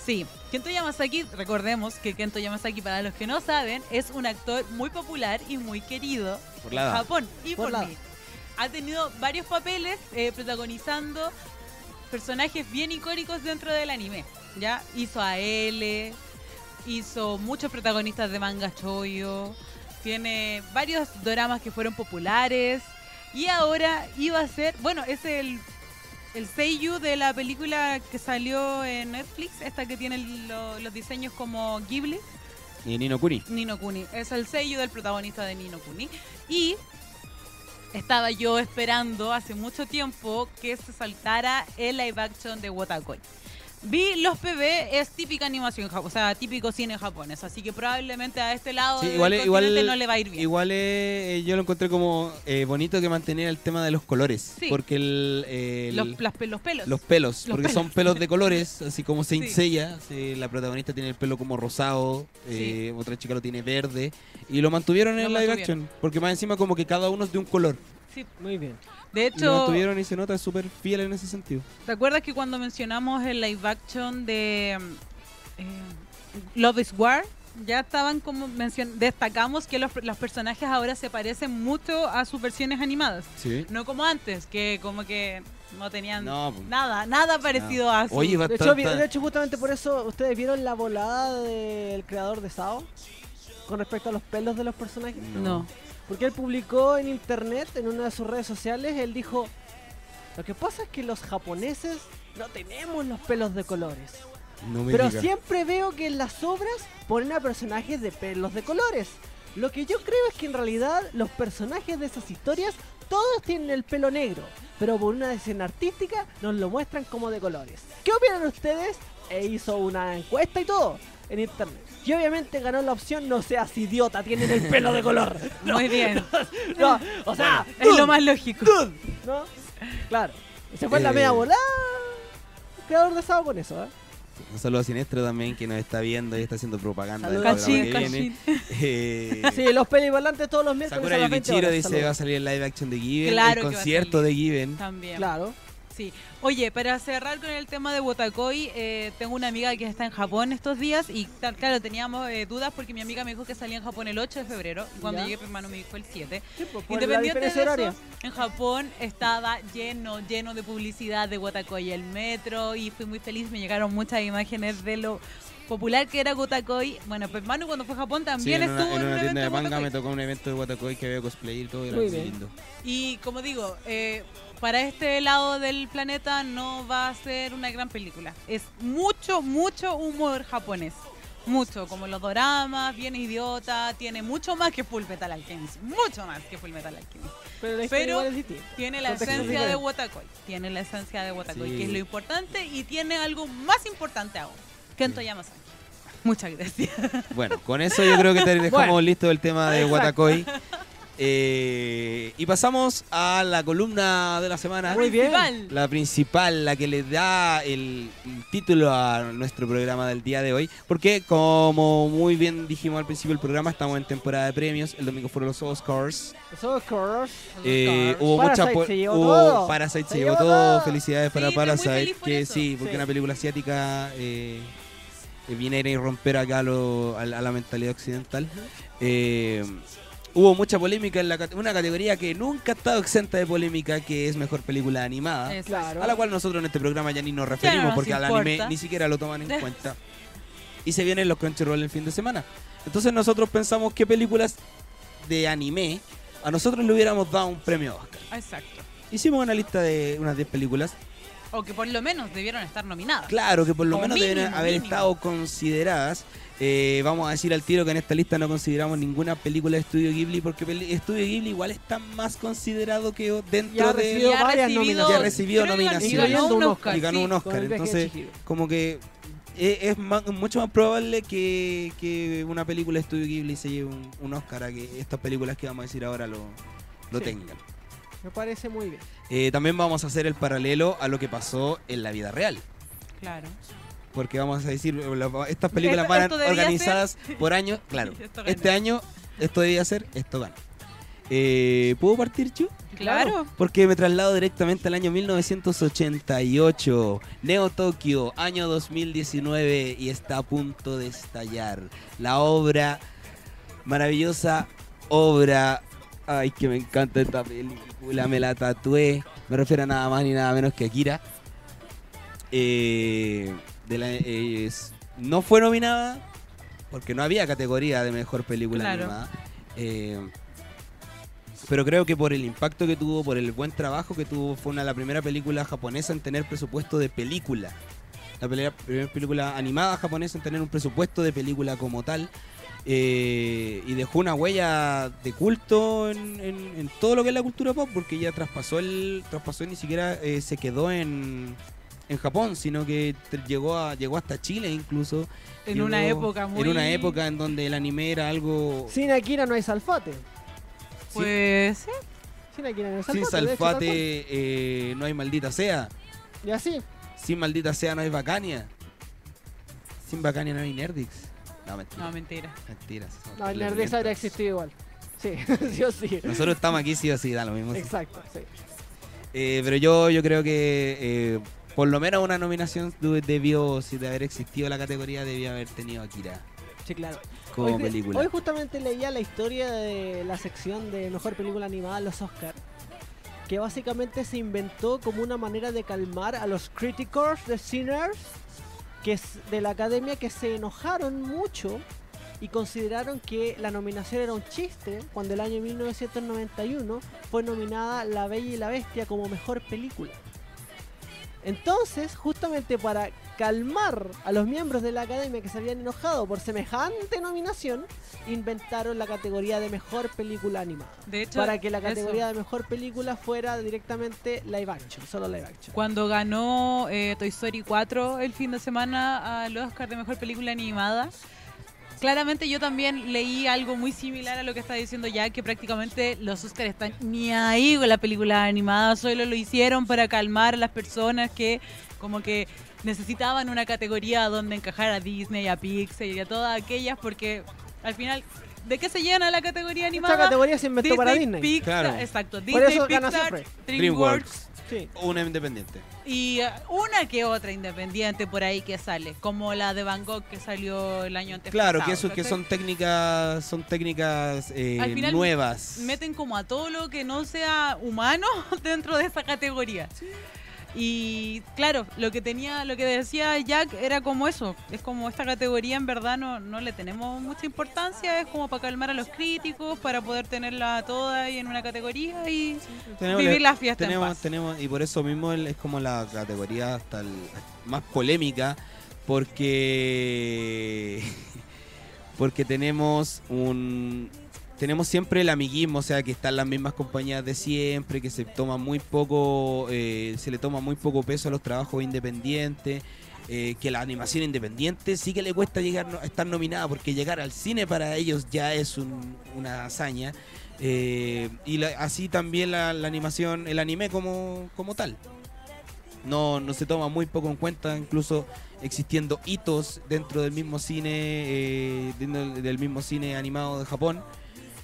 sí. Kento Yamasaki, recordemos que Kento Yamasaki, para los que no saben, es un actor muy popular y muy querido Por en la edad. Japón y Por por, la mí. Ha tenido varios papeles eh, protagonizando personajes bien icónicos dentro del anime. Ya hizo a L, hizo muchos protagonistas de manga choyo, tiene varios doramas que fueron populares y ahora iba a ser, bueno, es el el seiyuu de la película que salió en Netflix, esta que tiene lo- los diseños como Ghibli, Y Nino Kuni. Nino Kuni. Es el sello del protagonista de Nino Kuni. Y estaba yo esperando hace mucho tiempo que se saltara el live action de Watakoi. Vi los PB, es típica animación, ja- o sea, típico cine japonés, así que probablemente a este lado Sí, del igual, continente igual, no le va a ir bien. igual eh, yo lo encontré como eh, bonito que mantenía el tema de los colores. Sí. Porque el, el- los, las pe- los pelos. los pelos, Los porque son pelos de colores, así como Saint Sí. Seiya, sí, la protagonista tiene el pelo como rosado, eh, otra chica lo tiene verde, y lo mantuvieron en Lo live mantuvieron. action, porque más encima como que cada uno es de un color, Sí, Muy bien. de y lo hecho, mantuvieron y se nota es súper fiel en ese sentido. ¿Te acuerdas que cuando mencionamos el live action de mm, eh, Love is War? Ya estaban como mencion destacamos que los, los personajes ahora se parecen mucho a sus versiones animadas. Sí. No como antes, que como que no tenían No, pues, nada, nada parecido a su... Oye, va a De hecho, estar- vi- de hecho, justamente por eso ustedes vieron la volada del creador de Sao con respecto a los pelos de los personajes. no. Porque él publicó en internet, en una de sus redes sociales, él dijo, lo que pasa es que los japoneses no tenemos los pelos de colores. no me Pero diga. siempre veo que en las obras ponen a personajes de pelos de colores. Lo que yo creo es que en realidad los personajes de esas historias todos tienen el pelo negro, pero por una decisión artística nos lo muestran como de colores. ¿Qué opinan ustedes? E hizo una encuesta y todo en internet. Y obviamente ganó la opción no seas idiota, tienen el pelo de color. [laughs] No, Muy bien, no, o sea, es dude, lo más lógico. dude, ¿no? Claro. Se fue en la Eh. media volada. el Creador de sábado con eso, ¿eh? Un saludo a Sinestro también, que nos está viendo y está haciendo propaganda del Saludos. programa Cachín, que viene. cachín. [laughs] Eh, Sí, los pelibalantes todos los miércoles Sakura a las 20 Yukichiro horas. dice Saludos. va a salir el live action de Given, Claro el que va a concierto de salir. Given. También. Claro. Sí. Oye, para cerrar con el tema de Wotakoi, eh, tengo una amiga que está en Japón estos días y tal- claro, teníamos eh, dudas porque mi amiga me dijo que salía en Japón el 8 de febrero y cuando Ya. llegué mi hermano me dijo el 7. Sí, pues, por la Independiente de diferencia eso, horaria. en Japón estaba lleno, lleno de publicidad de Wotakoi el metro y fui muy feliz, me llegaron muchas imágenes de lo popular que era Wotakoi. Bueno, pues Manu cuando fue a Japón Sí, también en una, estuvo en en una un tienda de evento de manga me Wotakoi. tocó un evento de Watakoi que veo cosplay y todo, y era Muy muy bien. lindo. Y como digo, eh, para este lado del planeta no va a ser una gran película. Es mucho, mucho humor japonés. Mucho, como los doramas, bien idiota, tiene mucho más que Full Metal Alchemist. Mucho más que Full Metal Alchemist. Pero la historia Pero- igual es distinta. Tiene la Contexto esencia diferente. de Watakoi. Tiene la esencia de Watakoi, Sí. que es lo importante. Y tiene algo más importante aún. Kento Yamasaki. Muchas gracias. Bueno, con eso yo creo que te dejamos Bueno. listo el tema de Exacto. Watakoi. Eh, y pasamos a la columna de la semana. Muy bien. Principal. La principal, la que le da el título a nuestro programa del día de hoy. Porque, como muy bien dijimos al principio del programa, estamos en temporada de premios. El domingo fueron los Oscars. Los Oscars. Eh, hubo Parasite mucha po- se llevó hubo- todo. Parasite se, Se llevó llevó todo. todo. Felicidades para Sí, estoy muy Parasite. feliz por Que eso. sí, porque Sí. una película asiática eh, eh, viniera y romper acá lo- a, la- a la mentalidad occidental. Eh, hubo mucha polémica en la, cate- una categoría que nunca ha estado exenta de polémica, que es mejor película animada. Eso. Claro. A la cual nosotros en este programa ya ni nos referimos nos porque al importa. anime ni siquiera lo toman [laughs] en cuenta. Y se vienen los Crunchyroll el fin de semana. Entonces nosotros pensamos que películas de anime a nosotros le hubiéramos dado un premio Oscar. Exacto. Hicimos una lista de unas 10 películas. O que por lo menos debieron estar nominadas. Claro que por lo O menos mínimo, deben haber mínimo. estado consideradas. Eh, vamos a decir al tiro que en esta lista no consideramos ninguna película de Estudio Ghibli porque peli- Estudio Ghibli igual está más considerado que o- dentro Ya de... recibió Y ha varias recibido, nominaciones. Ya recibió creo que ganó- nominaciones. Y ganó un Incluyendo un Oscar. y ganó sí. un Con Oscar. el viaje de Entonces, Chihiro. como que es, es ma- mucho más probable que, que una película de Estudio Ghibli se lleve un, un Oscar a que estas películas que vamos a decir ahora lo, lo Sí. tengan. Me parece muy bien. Eh, también vamos a hacer el paralelo a lo que pasó en la vida real. Claro. Porque vamos a decir, la- estas películas Esto- van esto debía organizadas por año. Claro, [laughs] Esto ganó. este año esto debía ser, esto gana. Eh, ¿Puedo partir, Chu? Claro. Porque me traslado directamente al año 1988, Neo Tokio, año 2019, y está a punto de estallar. La obra, maravillosa obra. Ay, que me encanta esta película, me la tatué. Me refiero a nada más ni nada menos que Akira. Eh, de la- eh, es- no fue nominada porque no había categoría de mejor película Claro. animada. Eh, pero creo que por el impacto que tuvo, por el buen trabajo que tuvo, fue una de las primeras películas japonesas en tener presupuesto de película. La pelea- primera película animada japonesa en tener un presupuesto de película como tal. eh, y dejó una huella de culto en, en- en todo lo que es la cultura pop, porque ya traspasó el. traspasó y ni siquiera eh, se quedó en, en Japón, sino que tr- llegó a, llegó hasta Chile incluso. En una Llegó- época muy. En una época en donde el anime era algo. Sin Akira no hay salfate. Pues. sí. Sin Akira no hay salfate. de sin hecho, tal salfate eh, no hay maldita sea. cual. Y así. Sin maldita sea no hay bacania. Sin bacania no hay nerdix. No, mentira. No, mentira. Mentiras. son No, el terribles Nerdix habría lentos. existido igual. Sí, [laughs] sí o sí. Nosotros estamos aquí sí o sí, da lo [laughs] mismo. Exacto, sí. Eh, pero yo, yo creo que eh, por lo menos una nominación du- debió, si de haber existido la categoría, debía haber tenido Akira Sí, claro. como hoy, película. hoy justamente leía la historia de la sección de mejor película animada en los Oscars. Que básicamente se inventó como una manera de calmar a los críticos de Sinners que es de la academia que se enojaron mucho y consideraron que la nominación era un chiste cuando el año 1991 fue nominada La Bella y la Bestia como mejor película. Entonces, justamente para calmar a los miembros de la academia que se habían enojado por semejante nominación, inventaron la categoría de mejor película animada. De hecho. Para que la eso. categoría de mejor película fuera directamente live action, solo live action. Cuando ganó eh, Toy Story 4 el fin de semana al Oscar de Mejor Película Animada, claramente yo también leí algo muy similar a lo que está diciendo ya, que prácticamente los Oscars están ni ahí con la película animada, solo lo hicieron para calmar a las personas que como que necesitaban una categoría donde encajar a Disney, a Pixar y a todas aquellas, porque al final, ¿de qué se llena la categoría animada? Esta categoría se inventó Disney, para Disney. Pixar, Claro. exacto. Por Disney, eso gana Pixar, siempre. DreamWorks, Sí. Una independiente. y eh, una que otra independiente por ahí que sale, como la de Van Gogh que salió el año antes. Claro, que pasado, eso que ¿cachai? son técnicas, son técnicas eh, Al final nuevas. Meten como a todo lo que no sea humano [laughs] dentro de esa categoría. Y claro, lo que tenía, lo que decía Jack era como eso, es como esta categoría en verdad no, no le tenemos mucha importancia, es como para calmar a los críticos, para poder tenerla toda ahí en una categoría y Tenemos vivir la- la fiesta en tenemos, paz. tenemos- y por eso mismo el- es como la categoría hasta el- más polémica porque [laughs] porque tenemos un tenemos siempre el amiguismo, o sea, que están las mismas compañías de siempre, que se toma muy poco eh, se le toma muy poco peso a los trabajos independientes. eh, que la animación independiente sí que le cuesta llegar no- estar nominada porque llegar al cine para ellos ya es un- una hazaña eh, y la- así también la, la animación, el anime como, como tal. No, no se toma muy poco en cuenta, incluso existiendo hitos dentro del mismo cine, eh, dentro del- del mismo cine animado de Japón,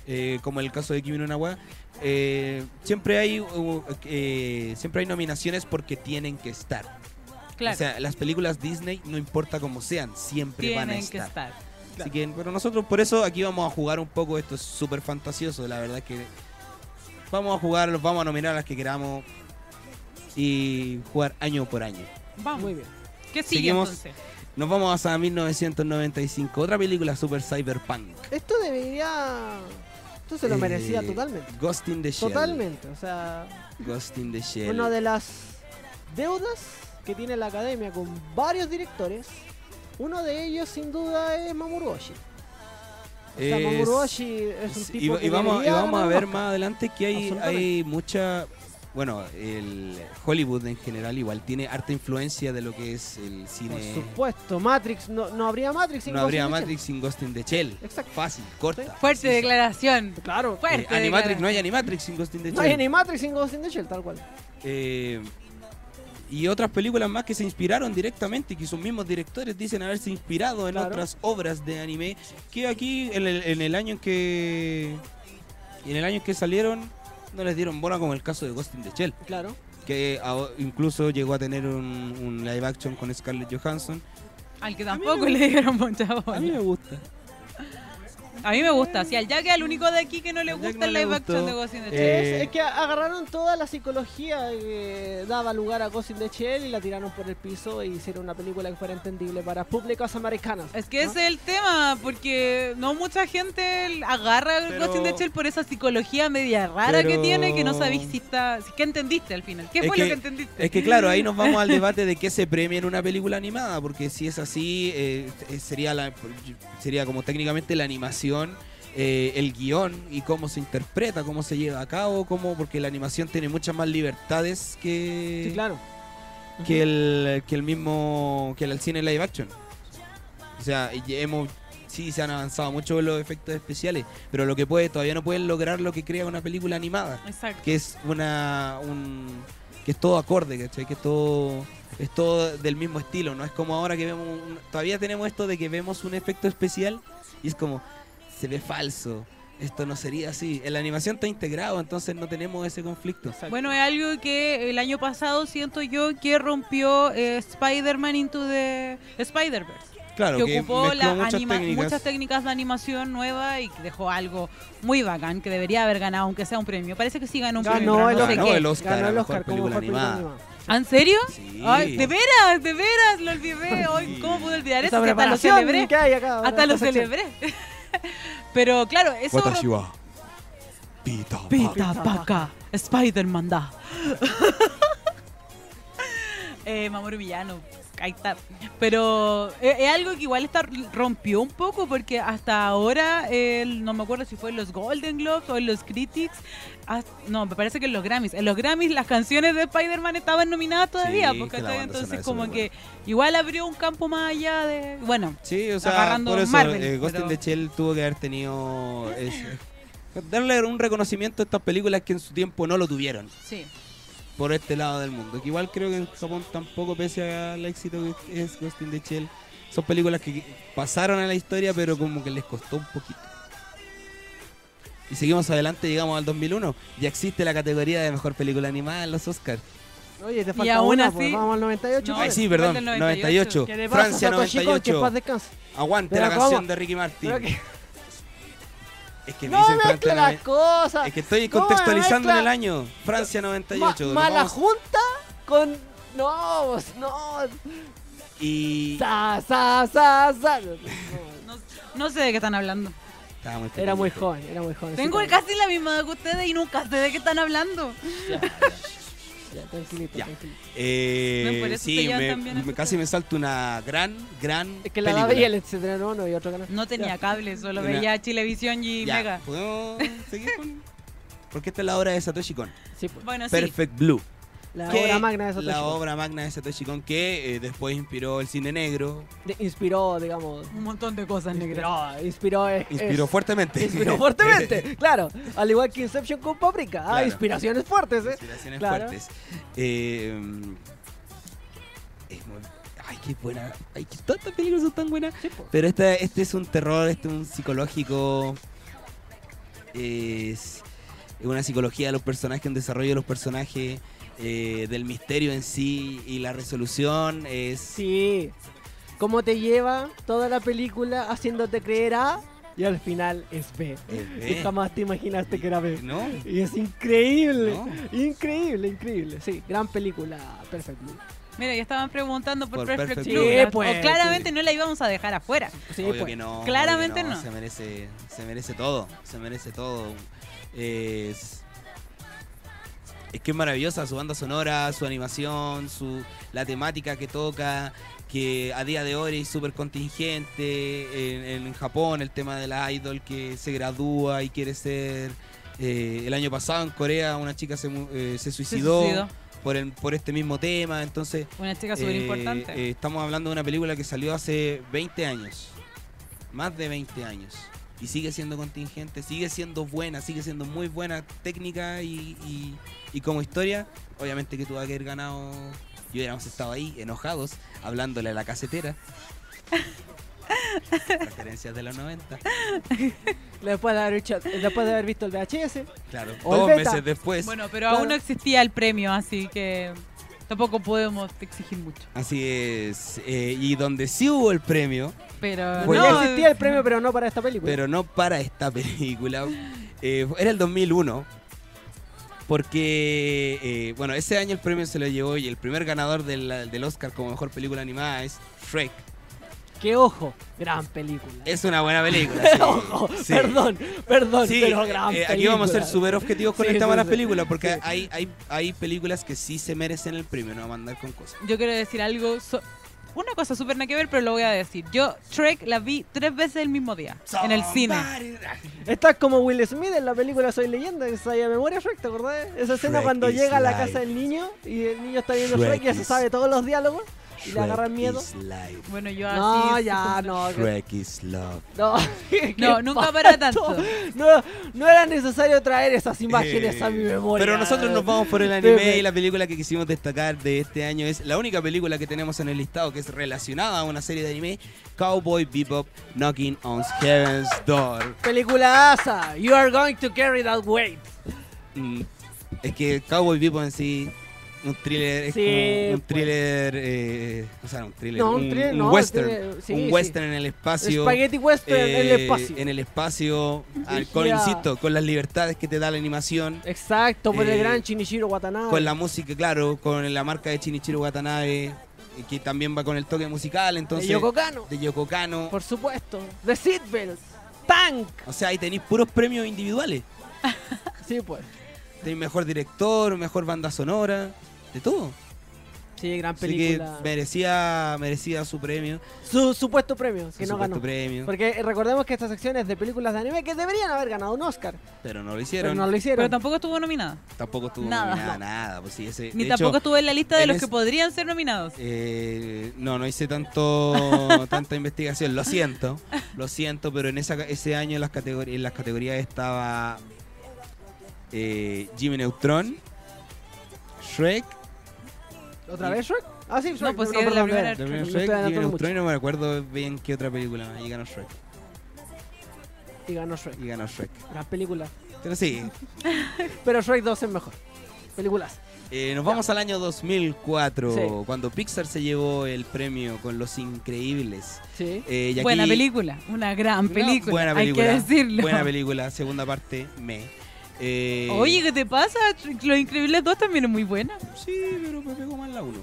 eh, como el caso de Kimi no Na wa. Eh, siempre hay uh, eh, siempre hay nominaciones porque tienen que estar. Claro. O sea, las películas Disney, no importa cómo sean, siempre van a tienen que estar. estar. Así que, pero nosotros por eso aquí vamos a jugar un poco, esto es súper fantasioso, la verdad es que vamos a jugar, los vamos a nominar a las que queramos y jugar año por año. Vamos. Muy bien. ¿Qué sigue Seguimos. entonces? Nos vamos a 1995, otra película super cyberpunk. Esto debería. Esto se lo Eh, merecía totalmente. Ghost in the Shell. Totalmente. O sea, Ghost in the Shell. una de las deudas que tiene la academia con varios directores. Uno de ellos, sin duda, es Mamuroshi. O sea, Es- Mamuroshi es un Eh, Sí, tipo y, que y vamos, y debería vamos a ganar un ver Oscar. más adelante que hay, Absolutamente. hay mucha. Bueno, el Hollywood en general igual tiene harta influencia de lo que es el Por cine. supuesto, Matrix. No, no habría Matrix sin No habría Ghost in the Matrix sin Ghost in the Shell. Shell. Exacto. Fácil, corta. Fuerte Sí, sí. declaración. Claro. Fuerte Eh, Animatrix, declaración. no hay Animatrix sin Ghost in the No hay Shell. ni Matrix sin Ghost in the Shell, tal cual. Eh, y otras películas más que se inspiraron directamente y que sus mismos directores dicen haberse inspirado en Claro. otras obras de anime que aquí en el, en el año en que en el año en que salieron no les dieron bola como el caso de Ghost in the Shell Claro. que a- incluso llegó a tener un, un live action con Scarlett Johansson Al que tampoco le dieron mucha bola. a mí me gusta A mí me gusta. Si al Jack es el único de aquí que no le Al Jack gusta no el le live gustó. action de Ghost in the Shell. Eh, Es, es que agarraron toda la psicología que daba lugar a Ghost in the Shell y la tiraron por el piso e hicieron una película que fuera entendible para públicos americanos. Es que ¿no? ese es el tema, porque no mucha gente agarra el Pero- Ghost in the Shell por esa psicología media rara que Pero- tiene que no sabéis si está... si- ¿Qué entendiste al final? ¿Qué Es fue que- lo que entendiste? es que claro ahí [laughs] nos vamos al debate de qué se premia en una película animada porque si es así eh, eh, sería la sería como técnicamente la animación eh, el guión y cómo se interpreta cómo se lleva a cabo cómo porque la animación tiene muchas más libertades que Sí, claro. que el, que el mismo que el cine live action. O sea, y hemos sí se han avanzado mucho los efectos especiales, pero lo que puede todavía no pueden lograr lo que crea una película animada, Exacto. que es una un que es todo acorde, ¿cachai? Que es todo es todo del mismo estilo, no es como ahora que vemos un- todavía tenemos esto de que vemos un efecto especial y es como se ve falso. Esto no sería así. En la animación está integrado, entonces no tenemos ese conflicto. Bueno, es algo que el año pasado siento yo que rompió eh, Spider-Man into the Spider-Verse. Claro, que ocupó mezcló la anima- muchas técnicas de animación nueva y que dejó algo muy bacán que debería haber ganado, aunque sea un premio. Parece que sí ganó un premio. Ganó el pero no sé Oscar. Ganó qué. el Oscar Ganó a el mejor Oscar como mejor película película animada. animada. ¿En serio? Sí. Ay, de veras, de veras, lo olvidé. Hoy, ¿Cómo pude olvidar Esa eso? Que hasta lo preparación celebré. que hay acá, ahora, Hasta lo esta sección. celebré. [laughs] Pero claro, eso. Pita Paca, Spider-Man da. [laughs] eh, Mamoru Villano, ahí está. Pero eh, es, es algo que igual está, rompió un poco porque hasta ahora, eh, no me acuerdo si fue en los Golden Globes o en los Critics. as- no, me parece que en los Grammys. En los Grammys las canciones de Spider-Man estaban nominadas todavía. Sí, porque, que la ¿cachai? banda sonora entonces es como súper que igual abrió un campo más allá de... Bueno, Sí, o sea, agarrando por eso Marvel, eh, Ghost pero- in the Shell tuvo que haber tenido ese- darle un reconocimiento a estas películas que en su tiempo no lo tuvieron sí. por este lado del mundo. Que igual creo que en Japón tampoco pese al éxito que es Ghost in the Shell. Son películas que pasaron a la historia, pero como que les costó un poquito. Y seguimos adelante, llegamos al 2001. Ya existe la categoría de mejor película animada en los Oscars. Oye, te Y falta aún una, así- pues, vamos al 98. No, pues. Ay, pues. sí, ¿cuál perdón, del 98. 98? ¿Qué le pasa a Francia Satoshi Kon? Que en 98. paz descanse. Aguante Pero la canción ¿cómo? de Ricky Martin. Pero que- Es que me No dicen mezcla Francia las noven- cosas. Es que estoy ¿Cómo me contextualizando en mezcla? el año. Francia Ma- 98. nos mala vamos- junta con. No, vos, no. y Sa, sa, sa, sa. No, No, no sé de qué están hablando. Estaba muy Era muy pequeñito. joven, era muy joven. Tengo sí, casi la misma edad que ustedes y nunca sé de qué están hablando. Ya, tranquilito, Ya. tranquilito. Eh, No, por eso te sí, llevan me, también este me- a tu casi me salto una gran, gran. Es que la daba y película. el etcétera no, no, y otro canal. No tenía cable, solo Tenía- veía Chilevisión y Ya, Mega. ¿puedo seguir con.? Porque esta es la obra de Satoshi Kon. Sí, pues. Bueno, Ah, sí. Perfect Blue. La que- obra magna de Satoshi. pues. La Kon. obra magna de Satoshi Kon que eh, después inspiró el cine negro. De- Inspiró, digamos. Un montón de cosas negras. Inspiró, inspiró. eh, es- Inspiró es- fuertemente. [laughs] Inspiró fuertemente, claro. Al igual que Inception con Paprika. Ah, Claro. inspiraciones fuertes, ¿eh? Inspiraciones Claro. fuertes. Eh, es muy- ay, qué buena. Ay, que todas estas películas son tan buenas. Sí, pues. Pero esta, este es un terror, este es un psicológico. Es una psicología de los personajes, un desarrollo de los personajes. eh, del misterio en sí y la resolución es... Sí. Cómo te lleva toda la película haciéndote creer A y al final es B. es Y B, jamás te imaginaste que era B. ¿No? Y es increíble. No. Increíble, increíble. Sí, gran película. Perfecto. Mira, ya estaban preguntando por, Por Perfect, Perfect Blue. Blue. Sí, pues, O claramente no la íbamos a dejar afuera. Sí, Obvio pues. que no. obvio Claramente que no. Se merece, se merece todo. Se merece todo. Es, es que es maravillosa su banda sonora, su animación, su la temática que toca, que a día de hoy es súper contingente. En, en Japón el tema de la idol que se gradúa y quiere ser... eh, el año pasado en Corea una chica se, mu- eh, se Se suicidó, suicidó. Por, el- por este mismo tema. Entonces Una chica súper eh, importante. eh, estamos hablando de una película que salió hace 20 años. Más de 20 años. Y sigue siendo contingente, sigue siendo buena, sigue siendo muy buena técnica y, y- y como historia. Obviamente que tuvo que haber ganado. Y hubiéramos estado ahí, enojados, hablándole a la [laughs] casetera. Referencias de los 90. Después de haber, hecho- después de haber visto el VHS. Claro, O el dos beta. meses después. bueno, pero claro. aún no existía el premio, así que tampoco podemos exigir mucho. Así es. eh, y donde sí hubo el premio, Pero Pues no, ya existía el premio, pero no para esta película. Ah, pero no para esta [laughs] película. Eh, era el 2001. Porque, eh, bueno, ese año el premio se lo llevó y el primer ganador del, del Oscar como mejor película animada es Shrek. Que ojo, gran película. [laughs] Es una buena película. sí. Ojo, Sí. perdón, perdón, Sí, pero gran eh, película. aquí vamos a ser súper objetivos con Sí, esta sí, mala sí. película, porque Sí. hay, hay, hay películas que sí se merecen el premio, no vamos a andar con cosas. yo quiero decir algo. so- una cosa súper nada que ver, pero lo voy a decir. Yo Trek la vi tres veces el mismo día, en el cine. Estás como Will Smith en la película Soy Leyenda, esa de memoria Shrek, ¿te acordás? Esa escena Shrek cuando is llega a la life. casa del niño y el niño está viendo Shrek, Shrek y ya se is- sabe todos los diálogos y le agarran Shrek miedo. is life. Bueno, yo así... No, es ya, como- no. que- Shrek is love. No, [laughs] No, qué nunca pato. [laughs] para tanto. No, no era necesario traer esas imágenes Eh, a mi memoria. Pero nosotros nos vamos por el anime Deme. y la película que quisimos destacar de este año es la única película que tenemos en el listado que es relacionada a una serie de anime, Cowboy Bebop Knocking on Heaven's Door. Película asa, you are going to carry that weight. Mm, Es que Cowboy Bebop en sí un thriller es Sí, como un pues. thriller eh, o sea, no, un thriller, No, un un, thriller, un no, western, thriller, sí, un sí. western en el espacio. Spaghetti Western en el eh, espacio. en el espacio, al- con, Vigía. insisto, con las libertades que te da la animación. Exacto, por el Eh, gran Shinichiro Watanabe. con la música, claro, con la marca de Chinichiro Watanabe, y que también va con el toque musical, entonces... de Yoko Kano, de Yoko Kano. por supuesto. The Seatbelts, Tank. O sea, ahí tenéis puros premios individuales. Sí, pues. Tenéis mejor director, mejor banda sonora, de todo. Sí, gran Así que película. merecía, merecía su premio, Su supuesto premio, que su no ganó. supuesto premio, Porque eh, recordemos que estas secciones de películas de anime que deberían haber ganado un Oscar, pero no lo pero hicieron. pues no lo hicieron. Pero tampoco estuvo nominada. Tampoco estuvo Nada. nominada, nada. Pues sí, ese, Ni de tampoco hecho, estuvo en la lista de en los es- que podrían ser nominados. Eh, no, no hice tanto tanta investigación, lo siento, lo siento, pero en esa, ese año en las, categor- en las categorías estaba eh, Jimmy Neutron, Shrek, ¿Otra vez Shrek? Ah, sí, Shrek. No, pues sí, es la perdón, primera. eh. la primera Shrek, Shrek, me estoy Jimmy adelantando Neutron y no me acuerdo bien qué otra película más, y ganó Shrek, Y ganó Shrek. y ganó Shrek. Gran película. Pero sí, Pero Shrek 2 es mejor. Películas. eh, nos vamos al año 2004, Sí. cuando Pixar se llevó el premio con Los Increíbles. Sí. Eh, y Buena aquí- película, una gran Una película, buena película, hay que decirlo. Buena película, segunda parte, me. Eh, Oye, ¿qué te pasa? Los Increíbles 2 también es muy buena. Sí, pero me pegó mal la 1.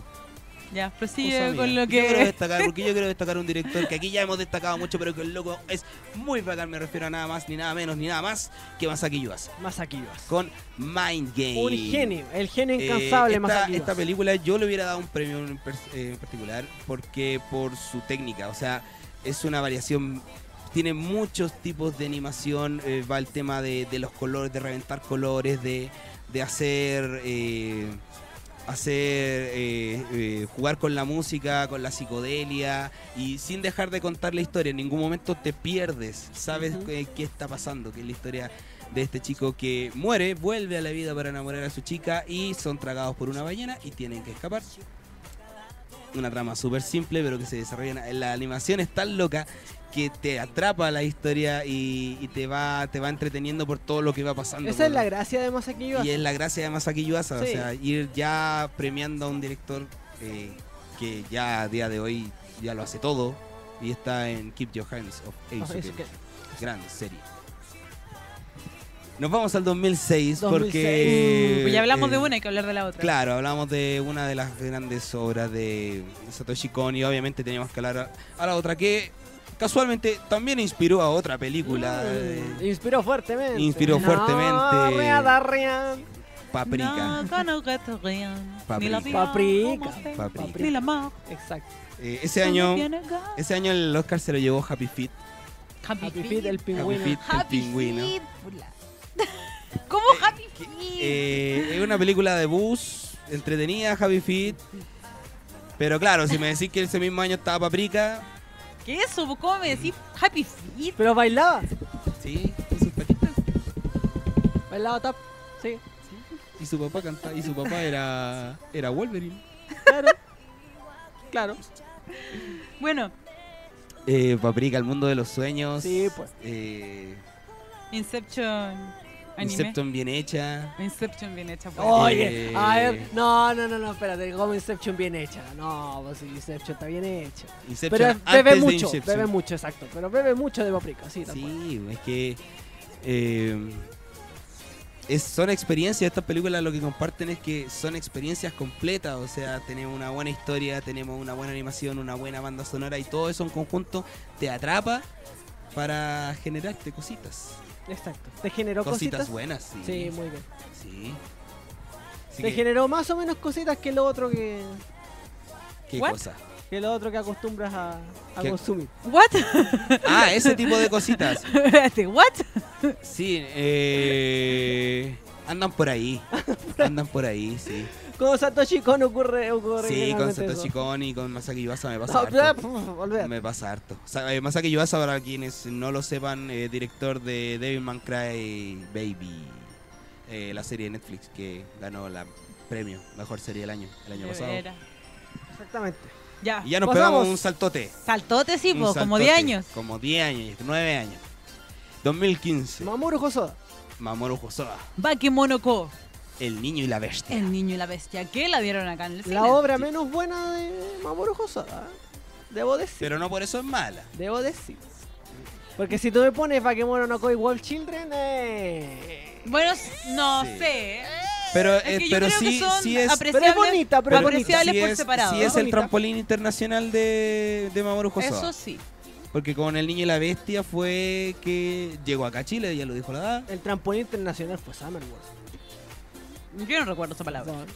Ya, prosigue con lo que... Yo quiero destacar, [laughs] porque yo quiero destacar un director que aquí ya hemos destacado mucho, pero que el loco es muy bacán, me refiero a nada más, ni nada menos, ni nada más que Masaki Yuasa. Más aquí vas. Con Mind Game. Un genio, el genio Eh, incansable más esta, aquí esta vas. película yo le hubiera dado un premio en, per- eh, en particular porque por su técnica, o sea, es una variación, tiene muchos tipos de animación, eh, va el tema de, de los colores, de reventar colores, de, de hacer... eh, hacer eh, eh, jugar con la música, con la psicodelia y sin dejar de contar la historia. En ningún momento te pierdes, sabes Ujú. qué, qué está pasando, que es la historia de este chico que muere, vuelve a la vida para enamorar a su chica y son tragados por una ballena y tienen que escapar. eh, Una trama súper simple, pero que se desarrolla. en- La animación es tan loca que te atrapa la historia y, y te va te va entreteniendo por todo lo que va pasando. Esa es por- la gracia de Masaki Yuasa. y es la gracia de Masaki Yuasa, o Sí. sea, ir ya premiando a un director eh, que ya a día de hoy ya lo hace todo y está en Keep Your Hands Off Oh, Ah, Ace eso que- Gran serie. Nos vamos al 2006, 2006. porque... Pues [laughs] ya hablamos eh, de una, hay que hablar de la otra. Claro, hablamos de una de las grandes obras de Satoshi Kon y obviamente teníamos que hablar a, a la otra que casualmente también inspiró a otra película, Mm, eh, Inspiró fuertemente. inspiró fuertemente. rea, da, rea. Paprika. No, gonna get the rain. Ni la Paprika. Paprika. vida, Paprika. Ni la más. Exacto. Eh, ese año Gonna go. ese año el Oscar se lo llevó Happy Feet. Happy Happy Feet. Feet, el Happy Feet, pingüino. el pingüino. Feet. [laughs] Pula. ¿Cómo Happy Feet? Eh, es una película de bus, entretenida, Happy Feet. Pero claro, si me decís que ese mismo año estaba Paprika, ¿Qué es eso? ¿Cómo me decís mm. Happy Feet? Pero bailaba. sí, y sus patitas, Bailaba tap. Sí. y su papá cantaba, y su papá era, era Wolverine. Claro. claro. Bueno, Eh, Paprika, el mundo de los sueños. Sí, pues. Eh, Inception. Anime. Inception, Inception bien hecha. bien hecha. pues. Oh, Oye, Eh. a ver, no, no, no, no, espérate, como Inception bien hecha. No, pues sí, Inception está bien hecha. Inception Pero antes bebe de mucho, Inception. bebe mucho, exacto. Pero bebe mucho de Paprika, sí, tal cual. Sí, es que eh, es- son experiencias, estas películas lo que comparten es que son experiencias completas, o sea, tenemos una buena historia, tenemos una buena animación, una buena banda sonora y todo eso en conjunto te atrapa para generarte cositas. Exacto. ¿Te generó Cositas, cositas? buenas, sí. Sí, muy bien. sí. Así Te que- generó más o menos cositas que lo otro que, ¿Qué What? cosa? que lo otro que acostumbras a, a ¿Qué? consumir. What? [laughs] Ah, ese tipo de cositas. Espérate, what? Sí, eh, andan [laughs] por ahí. Andan por ahí, sí. Con Satoshi Kon ocurre, ocurre Sí, con generalmente Satoshi eso. Kon y con Masaki Yuasa me pasa Ah, harto. pues, pf, olvídate. Me pasa harto. O sea, eh, Masaki Yuasa, para quienes no lo sepan, eh, director de Devilman Cry Baby, eh, la serie de Netflix que ganó la premio, mejor serie del año, el año De pasado. veras. Exactamente. Ya. Y ya nos Pasamos. pegamos un saltote. Saltote, sí, un po, como saltote, 10 años. Como 10 años, 9 años. 2015, Mamoru Hosoda. Mamoru Hosoda, Bakemonoko, El niño y la bestia. el niño y la bestia. ¿Qué la vieron acá en el cine? La obra menos buena de Mamoru Hosoda. ¿eh? Debo decir. Pero no por eso es mala. Debo decir. Porque si tú me pones Bakemono no Koi Wolf Children, eh. Bueno, s- no Sí. sé. Pero, Es eh, que yo pero creo que sí, son sí es. Pero es apreciables. bonita, pero es Pero bonita. apreciable. sí por es- separado. sí es el Bonita. trampolín internacional de, de Mamoru Hosoda. Eso sí. Porque con El Niño y la Bestia fue que llegó acá a Chile, ya lo dijo la edad. El trampolín internacional fue Summerworld. Yo no recuerdo esa palabra. Perdón,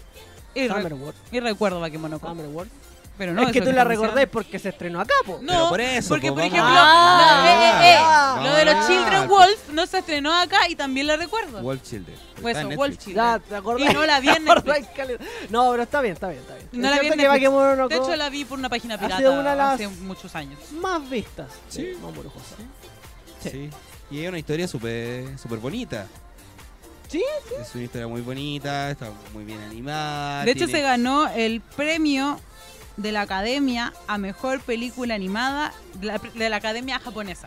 Y, re- Summerworld. y recuerdo Bakemonoko. Summerworld. Pero no es que eso tú la estamos recordás diciendo. porque se estrenó acá, po. No, Pero por eso, porque po, por vamos ejemplo, a- la- eh, eh, eh, Ah, lo de los ah, Children ah, Wolf no se estrenó acá y también la recuerdo. Wolf Children. Fue Está eso, en Netflix. Wolf Children. Ya, ¿te acordás? [laughs] Y no la vi en [laughs] ¿Te acordás, Netflix. Caleta? No, pero está bien, está bien, está bien. No Es la vi cierto en que Netflix. Bakemono no De hecho, Koi- la vi por una página Ha sido pirata una de las- hace muchos años. Más vistas de Sí. Mamoru Hosoda. Sí. Y es una historia súper súper bonita. Sí, Es una historia muy bonita, está muy bien Ah, animada. De hecho, tiene- se ganó el premio de la Academia a Mejor Película Animada de la, de la Academia Japonesa.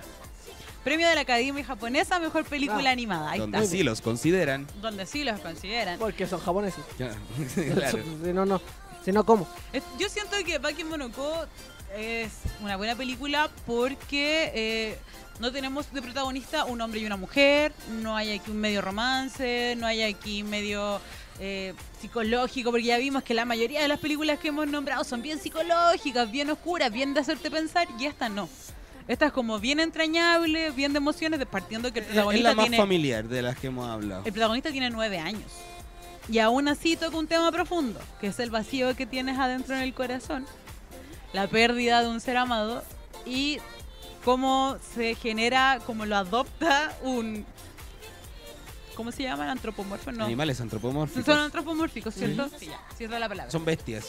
Premio de la Academia Japonesa a Mejor Película Ah, Animada. Ahí Donde está. sí los consideran. [laughs] Donde sí los consideran. Porque son japoneses. claro. [laughs] Si no, no. Si no, ¿cómo? Es- Yo siento que Bakemonoko es una buena película porque eh, no tenemos de protagonista un hombre y una mujer, no hay aquí un medio romance, no hay aquí medio eh, psicológico, porque ya vimos que la mayoría de las películas que hemos nombrado son bien psicológicas, bien oscuras, bien de hacerte pensar, y esta no. Esta es como bien entrañable, bien de emociones, de- partiendo que el Es- Es la protagonista más tiene... familiar de las que hemos hablado. El protagonista tiene nueve años. Y aún así toca un tema profundo, que es el vacío que tienes adentro en el corazón, la pérdida de un ser amado y cómo se genera, cómo lo adopta un... ¿Cómo se llaman? Antropomorfos, no. Animales antropomórficos. Son antropomórficos, ¿cierto? Sí, ya, sí, esa es la palabra. Son bestias.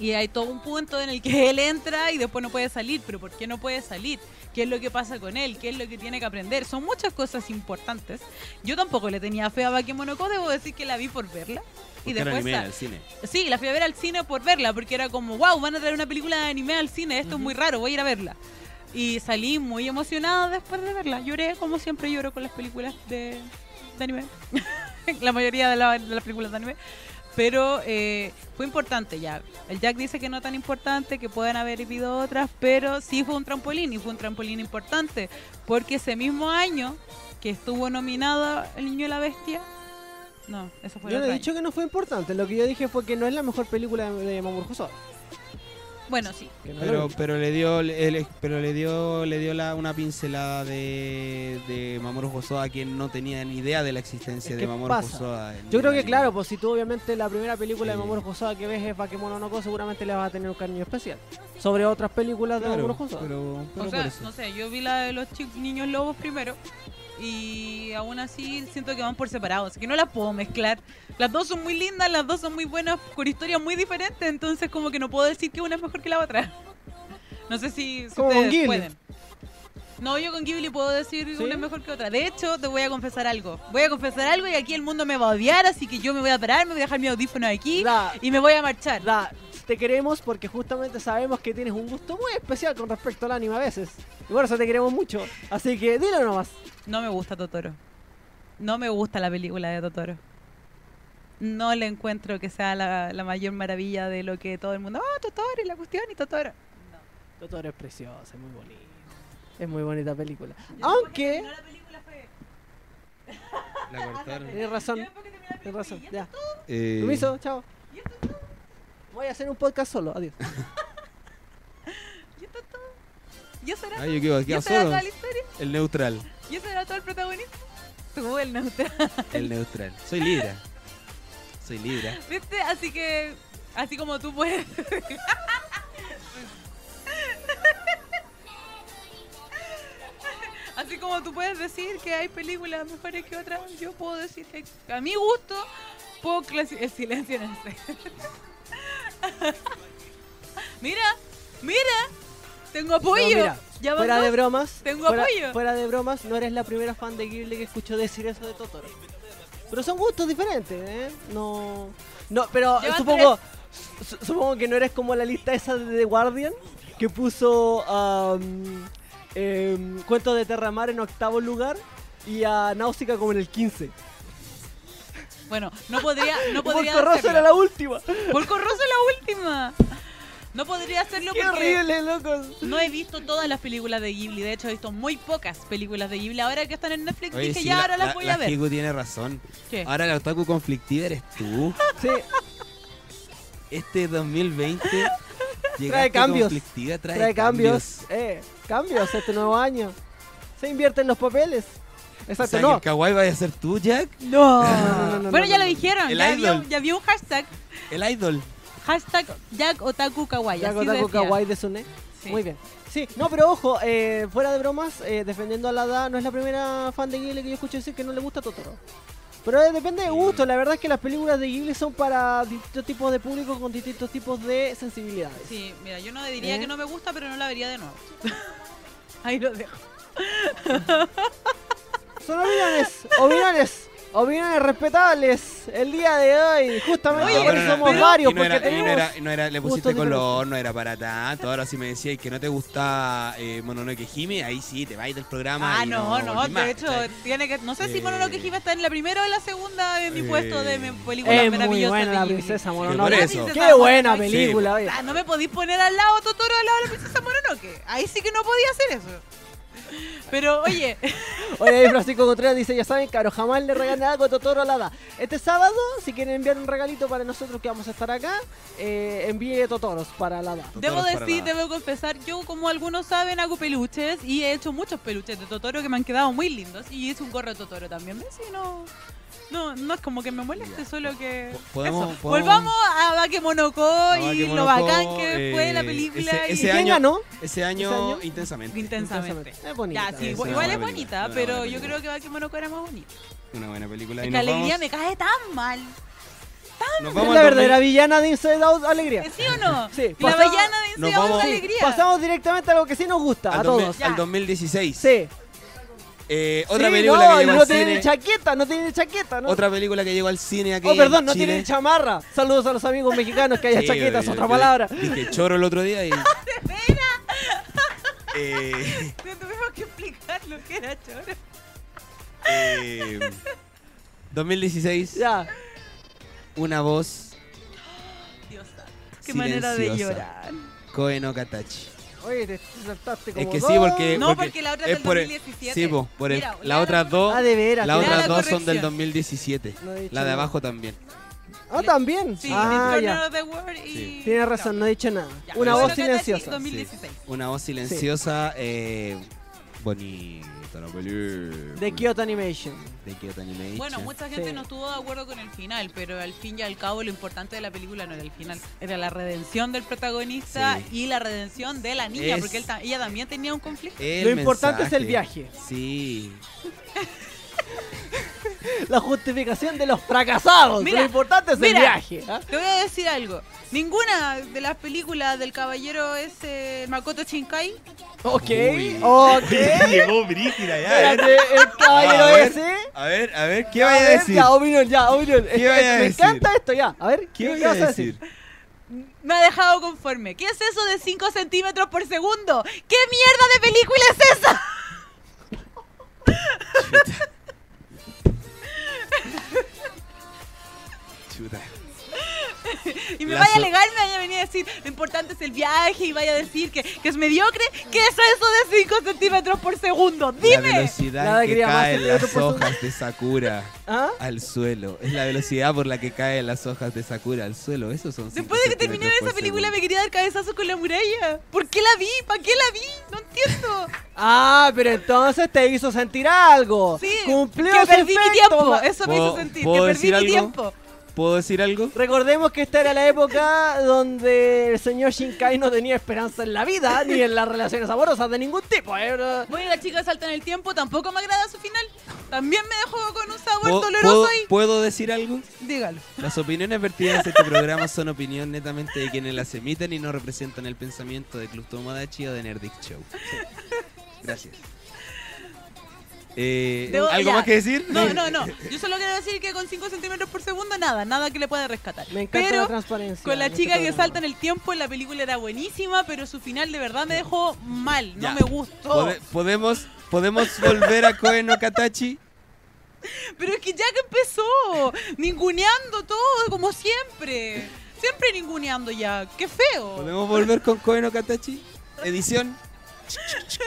Y hay todo un punto en el que él entra y después no puede salir. ¿Pero por qué no puede salir? ¿Qué es lo que pasa con él? ¿Qué es lo que tiene que aprender? Son muchas cosas importantes. Yo tampoco le tenía fe a Bakemonoko, debo decir que la vi por verla. Y Porque eran después, anime sa- al cine. sí, la fui a ver al cine por verla, porque era como, wow, van a traer una película de anime al cine, esto es muy raro, voy a ir a verla. Y salí muy emocionada después de verla. Lloré como siempre lloro con las películas de, de anime. [laughs] la mayoría de, la- de las películas de anime. Pero eh, fue importante ya. El Jack dice que no tan importante, que pueden haber habido otras, pero sí fue un trampolín y fue un trampolín importante. Porque ese mismo año que estuvo nominada El Niño y la Bestia. No, eso fue Yo el no otro he año. dicho que no fue importante, lo que yo dije fue que no es la mejor película de, de Mamoru Hosoda, Bueno, sí. que no es la Pero, única. pero le dio, el- pero le dio, le dio la, una pincelada de, de Mamoru Hosoda, quien no tenía ni idea de la existencia Es de que Mamoru pasa. Hosoda. en Yo creo el que anime. claro, pues si tú obviamente la primera película de Sí. Mamoru Hosoda que ves es Bakemono no Ko, seguramente le vas a tener un cariño especial sobre otras películas de Claro, Mamoru Hosoda. pero- pero O por sea, eso. no sé, yo vi la de los chicos, niños lobos primero y aún así siento que van por separado, así que no las puedo mezclar. Las dos son muy lindas, las dos son muy buenas, con historias muy diferentes, entonces como que no puedo decir que una es mejor que la otra. [laughs] No sé si, si Como con ustedes Ghibli. pueden. No, yo con Ghibli puedo decir que ¿Sí? una es mejor que otra. De hecho, te voy a confesar algo. Voy a confesar algo y aquí el mundo me va a odiar, así que yo me voy a parar, me voy a dejar mi audífono aquí Da, y me voy a marchar. da, te queremos porque justamente sabemos que tienes un gusto muy especial con respecto al anime a veces. Y por eso te queremos mucho. Así que dilo nomás. No me gusta Totoro. No me gusta la película de Totoro. No le encuentro que sea la, la mayor maravilla de lo que todo el mundo. ¡Ah, Totoro! Y la cuestión y Totoro. Totoro es preciosa, es muy bonita. Es muy bonita película. Yo Aunque, después que terminó la película fue- La cortaron. tienes yo razón, después que terminó la tienes película razón. dije, Ya, Eh, Eh, permiso, chao. Voy a hacer un podcast solo, adiós. ¿Y esto es todo? ¿Y eso era, Ah, yo quedo ¿Y aquí eso era solo. toda la historia? [laughs] El neutral. ¿Y eso era todo el protagonista? Tú, el neutral. El neutral. Soy Libra. Soy Libra. ¿Viste? Así que. Así como tú puedes. Así como tú puedes decir que hay películas mejores que otras, yo puedo decir que a mi gusto puedo clasi- eh, el silencio en el set. Mira, mira, tengo apoyo. No, mira, ya van fuera de dos. bromas. Tengo fuera, apoyo. fuera de bromas, no eres la primera fan de Ghibli que escucho decir eso de Totoro. Pero son gustos diferentes, ¿eh? No. No, pero Llevan supongo. su- Supongo que no eres como la lista esa de The Guardian que puso a Cuento de Terramar en octavo lugar y a Náusica como en el 15. Bueno, no podría, [laughs] no Y Porco podría Rosso era hacerlo. la última. Porco Rosso es la última. No podría hacerlo ¡Qué porque horrible, locos! No he visto todas las películas de Ghibli, de hecho he visto muy pocas películas de Ghibli. Ahora que están en Netflix Oye, dije, sí, ya la- ahora las la- voy la Ah. a ver. Higu tiene razón. ¿Qué? Ahora la otaku conflictiva eres [laughs] tú. Sí, Este 2020 Trae llegaste cambios. conflictiva, trae, trae cambios. Eh, cambios este nuevo año. Se invierten los papeles. O Exacto, sea, que no. el kawaii vaya a ser tú, Jack. No. no, [laughs] no, no, bueno, no, ya no, lo no. dijeron, El ya había, idol. ya había un hashtag, El idol. hashtag Jack Otaku Kawaii. Ya así con algo decía. kawaii de Sune. Sí. Muy bien. Sí, no, pero ojo, eh, fuera de bromas, eh, defendiendo a la edad, no es la primera fan de Ghibli que yo escucho decir que no le gusta Totoro. Pero eh, depende de gusto, la verdad es que las películas de Ghibli son para distintos tipos de público con distintos tipos de sensibilidades. Sí, mira, yo no diría ¿Eh? que no me gusta, pero no la vería de nuevo. [laughs] Ahí lo dejo. Son opiniones, opiniones, opiniones respetables el día de hoy. Justamente Oye, por pero eso no, somos pero- varios, y no porque era, y tenemos... no era, y no era- le gustos pusiste color, diferentes. no era para tanto. Ahora si me decías que no te gusta eh, Mononoke Hime, ahí sí, te vais del programa. Ah, y no, no, volví de más, hecho, ¿cachai? tiene que. No sé si Eh. Mononoke Hime está en la primera o la segunda en mi Eh. puesto de mi película Es muy maravillosa. buena de la Ghibli. princesa por Mononoke. eso. Qué buena Sí, película, oye. Ah, no me podís poner al lado Totoro al lado de la princesa Mononoke. Ahí sí que no podía hacer eso. Pero oye, Oye, ahí Francisco Contreras dice, ya saben, caro, jamás le regalan algo a Totoro Alada. Este sábado, si quieren enviar un regalito para nosotros que vamos a estar acá, eh, envíe Totoros para Alada. [laughs] Totoro debo es para decir, nada. debo confesar, yo como algunos saben hago peluches y he hecho muchos peluches de Totoro que me han quedado muy lindos y hice un gorro de Totoro también. ¿Ves? Y no, no, no es como que me moleste, Ya. solo que... Po- podemos- eso. podemos- Volvamos a Bakemonoko A y lo Bakemonoko, bacán que fue la eh, película ese- y ese ¿Quién año- ganó? Ese año, Ese año- intensamente. [laughs] intensamente. Es bonita. Ya, sí, Es igual, una igual es buena bonita, película, es una buena pero yo película. creo que Bakemonoko era más bonita. Una buena película. Y Es que nos alegría vamos, me cae tan mal. nos Es vamos la al verdadera villana de Inside Out Alegría. ¿Sí o no? Sí, la pasamos- ballena de nos Inside Out vamos- es alegría. Pasamos directamente a lo que sí nos gusta, al a 2000 todos. Ya. al 2016. Sí. Eh, otra Sí, película no, que y llegó no al tiene cine. ni chaqueta, no tiene ni chaqueta, ¿no? Otra película que llegó al cine aquí. Oh, perdón, en no Chile. tiene ni chamarra. Saludos a los amigos mexicanos que haya Sí, chaquetas, yo- [laughs] yo- otra yo palabra. Dije choro el otro día y. Eh, No tuvimos que explicar lo que era choro. eh, 2016, Ya. una voz, Dios santo. Qué manera de Silenciosa. llorar. Koe no Katachi. Oye, te saltaste como Es que dos. sí, porque. No, porque la otra es es del por el- 2017. Sí, po, por el- Mira, la otra dos. Ah, de veras. Las tiene- otra- otras la dos son del corrección. 2017. No he dicho la de nada. abajo también. Ah, también. Sí, ah, Corner ya. of the World y... Sí. Tienes razón, no he dicho nada. Una Ya, Koe no voz Katachi, silenciosa. 2016. Una voz silenciosa, eh, bonita la película. De Kyoto Animation. De Kyoto Animation. Bueno, mucha gente Sí. no estuvo de acuerdo con el final, pero al fin y al cabo lo importante de la película no era el final, era la redención del protagonista Sí. y la redención de la niña, Es- porque él ta- ella también tenía un conflicto. El Lo importante es el mensaje. viaje. Sí. La justificación de los fracasados. Mira, Lo importante es el mira. viaje. ¿ah? Te voy a decir algo, ninguna de las películas del caballero ese Makoto Shinkai Ok. Uy. [laughs] Ok. Llegó Brígida ya. ¿eh? Espérate, el caballero A ver, ese. A ver, a ver, ¿qué A vaya a ver, decir? Ya, opinión, ya, opinión. Es- vaya a me decir? encanta esto, ya. A ver, ¿Qué vas vaya a decir? me ha dejado conforme. ¿Qué es eso de 5 centímetros por segundo? ¿Qué mierda de película es esa? Chuta. Y me La vaya a so- alegar, me vaya a venir a decir, lo importante es el viaje y vaya a decir que, que es mediocre. ¿Qué es eso de 5 centímetros por segundo? La Dime. Nada velocidad en que quería más caen eh, el las otro por su- hojas de Sakura ¿Ah? al suelo. Es la velocidad por la que caen las hojas de Sakura al suelo. Eso son Después cinco de que terminé centímetros esa por película me segundo. quería dar cabezazo con la muralla. ¿Por qué la vi? ¿Para qué la vi? No entiendo. Ah, pero entonces te hizo sentir algo. Sí, Cumplió que su perdí mi efecto. tiempo. Eso me hizo ¿Puedo- sentir. Que puedo perdí mi decir algo? tiempo. ¿Puedo decir algo? Recordemos que esta era la época donde el señor Shinkai no tenía esperanza en la vida ni en las relaciones amorosas de ningún tipo. ¿eh? No- Bueno, la chica salta en el tiempo. Tampoco me agrada su final. También me dejó con un sabor ¿Puedo, doloroso puedo- y... puedo decir algo? Dígalo. Las opiniones vertidas en este programa son opinión netamente de quienes las emiten y no representan el pensamiento de Club Tomodachi o de Nerdic Show. Gracias. Eh, Debo- ¿Algo ya. más que decir? [laughs] No, no, no. Yo solo quiero decir que con 5 centímetros por segundo, nada, nada que le pueda rescatar. Me encanta Pero la transparencia. con la en chica este que programa. salta en el tiempo, la película era buenísima, pero su final de verdad me dejó mal. No Ya. me gustó. Pode- ¿Podemos, ¿Podemos volver a Koe no Katachi? Pero es que ya que empezó, ninguneando todo como siempre. Siempre ninguneando ya. Qué feo. ¿Podemos volver con Koe no Katachi? Edición.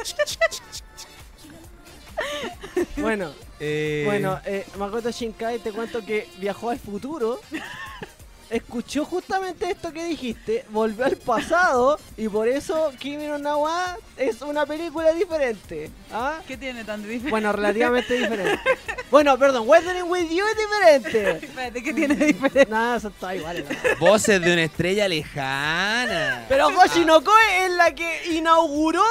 [laughs] Bueno, Eh, bueno eh, Makoto Shinkai, te cuento que viajó al [laughs] futuro. Escuchó justamente esto que dijiste, volvió al pasado y por eso Kimi no Na wa es una película diferente. ¿Ah? ¿Qué tiene tan de diferente? Bueno, relativamente [laughs] diferente. Bueno, perdón, Weathering with You es diferente. Espérate, ¿qué tiene de diferente? Nada, son todas iguales. ¿no? Voces de una estrella lejana. Pero Hoshino Koe es la que inauguró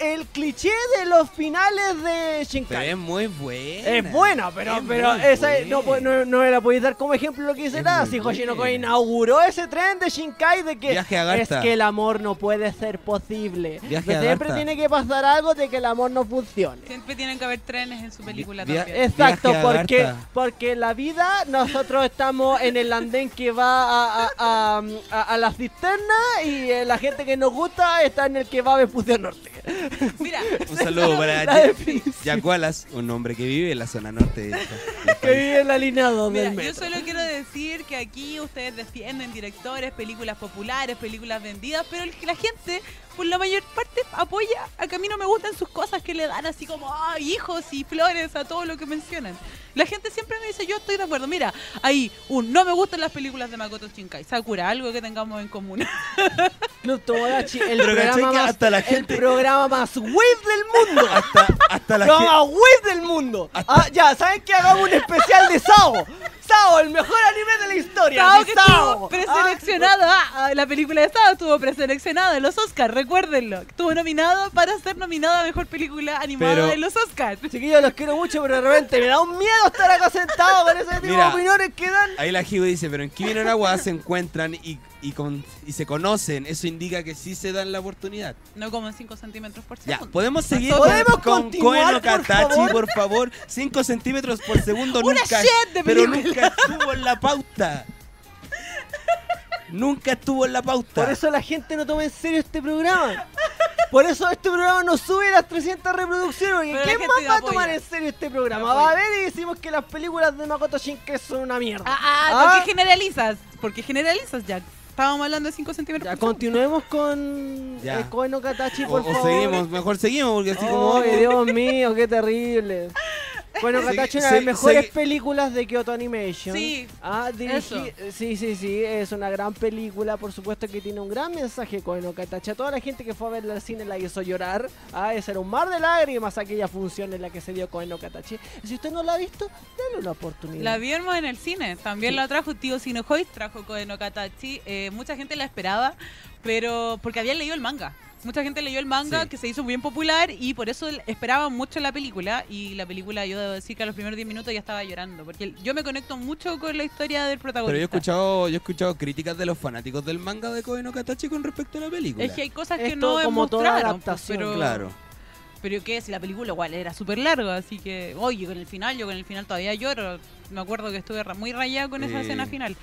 el cliché de los finales de Pero Shinkai. es muy buena. Es buena, pero, Es pero muy esa es- no, buena. po- no, no me la podéis dar como ejemplo lo que dice Es nada. muy Si Hoshino buena. Koe inauguró ese tren de Shinkai de que Viaje a es Agartha. que el amor no puede ser posible. Viaje a Siempre Agartha. tiene que pasar algo de que el amor no funcione. Siempre tienen que haber trenes en su película Via- también. Exacto, Viaje a porque, Agartha. porque la vida, nosotros estamos en el andén que va a, a, a, a- a la cisterna y eh, la gente que nos gusta está en el que va a Vespucio Norte. Mira, Un saludo [laughs] para La Jack- definición. Jack Wallace, un hombre que vive en la zona norte de este Que país. vive en la línea 2 Mira, del yo metro. solo quiero decir que aquí ustedes defienden directores, películas populares, películas vendidas, pero el- la gente, por la mayor parte, apoya a que a mí no me gustan sus cosas que le dan así como "Ah, hijos y flores a todo lo que mencionan. La gente siempre me dice, yo estoy de acuerdo. Mira, ahí, un, no me gustan las películas de Makoto Shinkai. Sakura, algo que tengamos en [laughs] común. Club Tomodachi, el [laughs] Pero caché programa que más, hasta la el gente. programa más web del mundo. Hasta, hasta [laughs] la Lo gente. más web del mundo. Ah, ya, ¿saben que hagamos un especial de Sao? Sao, el mejor anime de la historia. Sao de que Sao. Ah, estuvo preseleccionada, ah, la película de Sao estuvo preseleccionada en los Oscars, recuérdenlo. Estuvo nominada para ser nominada a Mejor Película Animada Pero- en los Oscars. Ah, chiquillos, los quiero mucho, pero de repente me da un miedo estar acá sentado con ese tipo Mira. de opiniones que dan. Ahí la Jibo dice, pero en Kimi no Na wa se encuentran y, y, con- y se conocen. Eso indica que sí se dan la oportunidad. No como en 5 centímetros por Ya, pues. segundo. podemos seguir ¿Podemos con, con continuar, Koeno por Katachi, favor? por favor. 5 centímetros por segundo Una nunca. shit de pero película. nunca estuvo en la pauta. Nunca estuvo en la pauta. Por eso la gente no toma en serio este programa. Por eso este programa no sube las 300 reproducciones. Porque Pero la ¿quién gente más lo va a apoya. tomar en serio este programa? Lo Va a apoya. ver y decimos que las películas de Makoto Shinkai son una mierda. Ah, ah, Ah. ¿por qué generalizas? ¿Por qué generalizas, Jack? Estábamos hablando de 5 centímetros. Ya, por segundo. continuemos con Ya. eh, Koe no Katachi, O, por o favor. seguimos, mejor seguimos, porque así como Ay, vamos- Dios mío, qué terrible. Bueno, Segui- Katachi, una se- de las mejores segui- películas de Kyoto Animation. Sí, Ah, dirigi- eso. Sí, sí, sí, es una gran película, por supuesto que tiene un gran mensaje con Okatacha. Toda la gente que fue a verla al cine la hizo llorar. Ah, ese era un mar de lágrimas aquella función en la que se dio con Okatachi. Si usted no la ha visto, dale una oportunidad. La vimos en el cine, también Sí. la trajo Tío Sinojoy, trajo Koe no Katachi. Eh, mucha gente la esperaba, pero porque habían leído el manga. Mucha gente leyó el manga Sí. que se hizo muy bien popular y por eso esperaban mucho la película. Y la película, yo debo decir que a los primeros 10 minutos ya estaba llorando, porque el- yo me conecto mucho con la historia del protagonista. Pero yo he escuchado, yo he escuchado críticas de los fanáticos del manga de Koe no Katachi con respecto a la película. Es que hay cosas que Es no todo como toda mostraron, pues, adaptación. pero, claro. pero qué si la película igual era súper larga, así que, oye, con el final, yo con el final todavía lloro. Me acuerdo que estuve ra- muy rayado con esa Eh. escena final.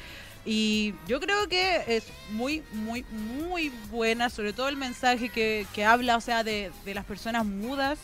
Y yo creo que es muy, muy, muy buena, sobre todo el mensaje que, que habla, o sea, de, de las personas mudas,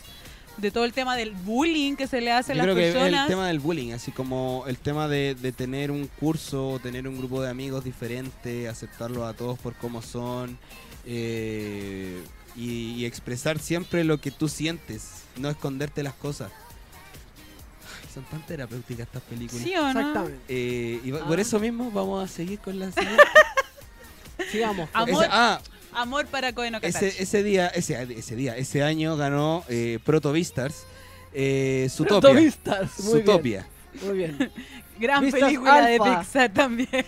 de todo el tema del bullying que se le hace a Yo las creo que es el personas. tema del bullying, así como el tema de, de tener un curso, tener un grupo de amigos diferente, aceptarlos a todos por cómo son eh, y, y expresar siempre lo que tú sientes, no esconderte las cosas. Ay, son tan terapéuticas estas películas. ¿Sí o no? Exactamente. Eh, y va- por Ah. eso mismo vamos a seguir con la serie. Sigamos. Am- [laughs] Amor. Ese- ah, Amor para Koe no Katachi. ese, ese día, ese, ese día, ese año ganó eh, Proto Vistars eh, Zootopia. Protagonistas. Muy bien. Zootopia. Muy bien. Gran Vistas película de Alfa. Pixar también. [laughs] ¿Eh?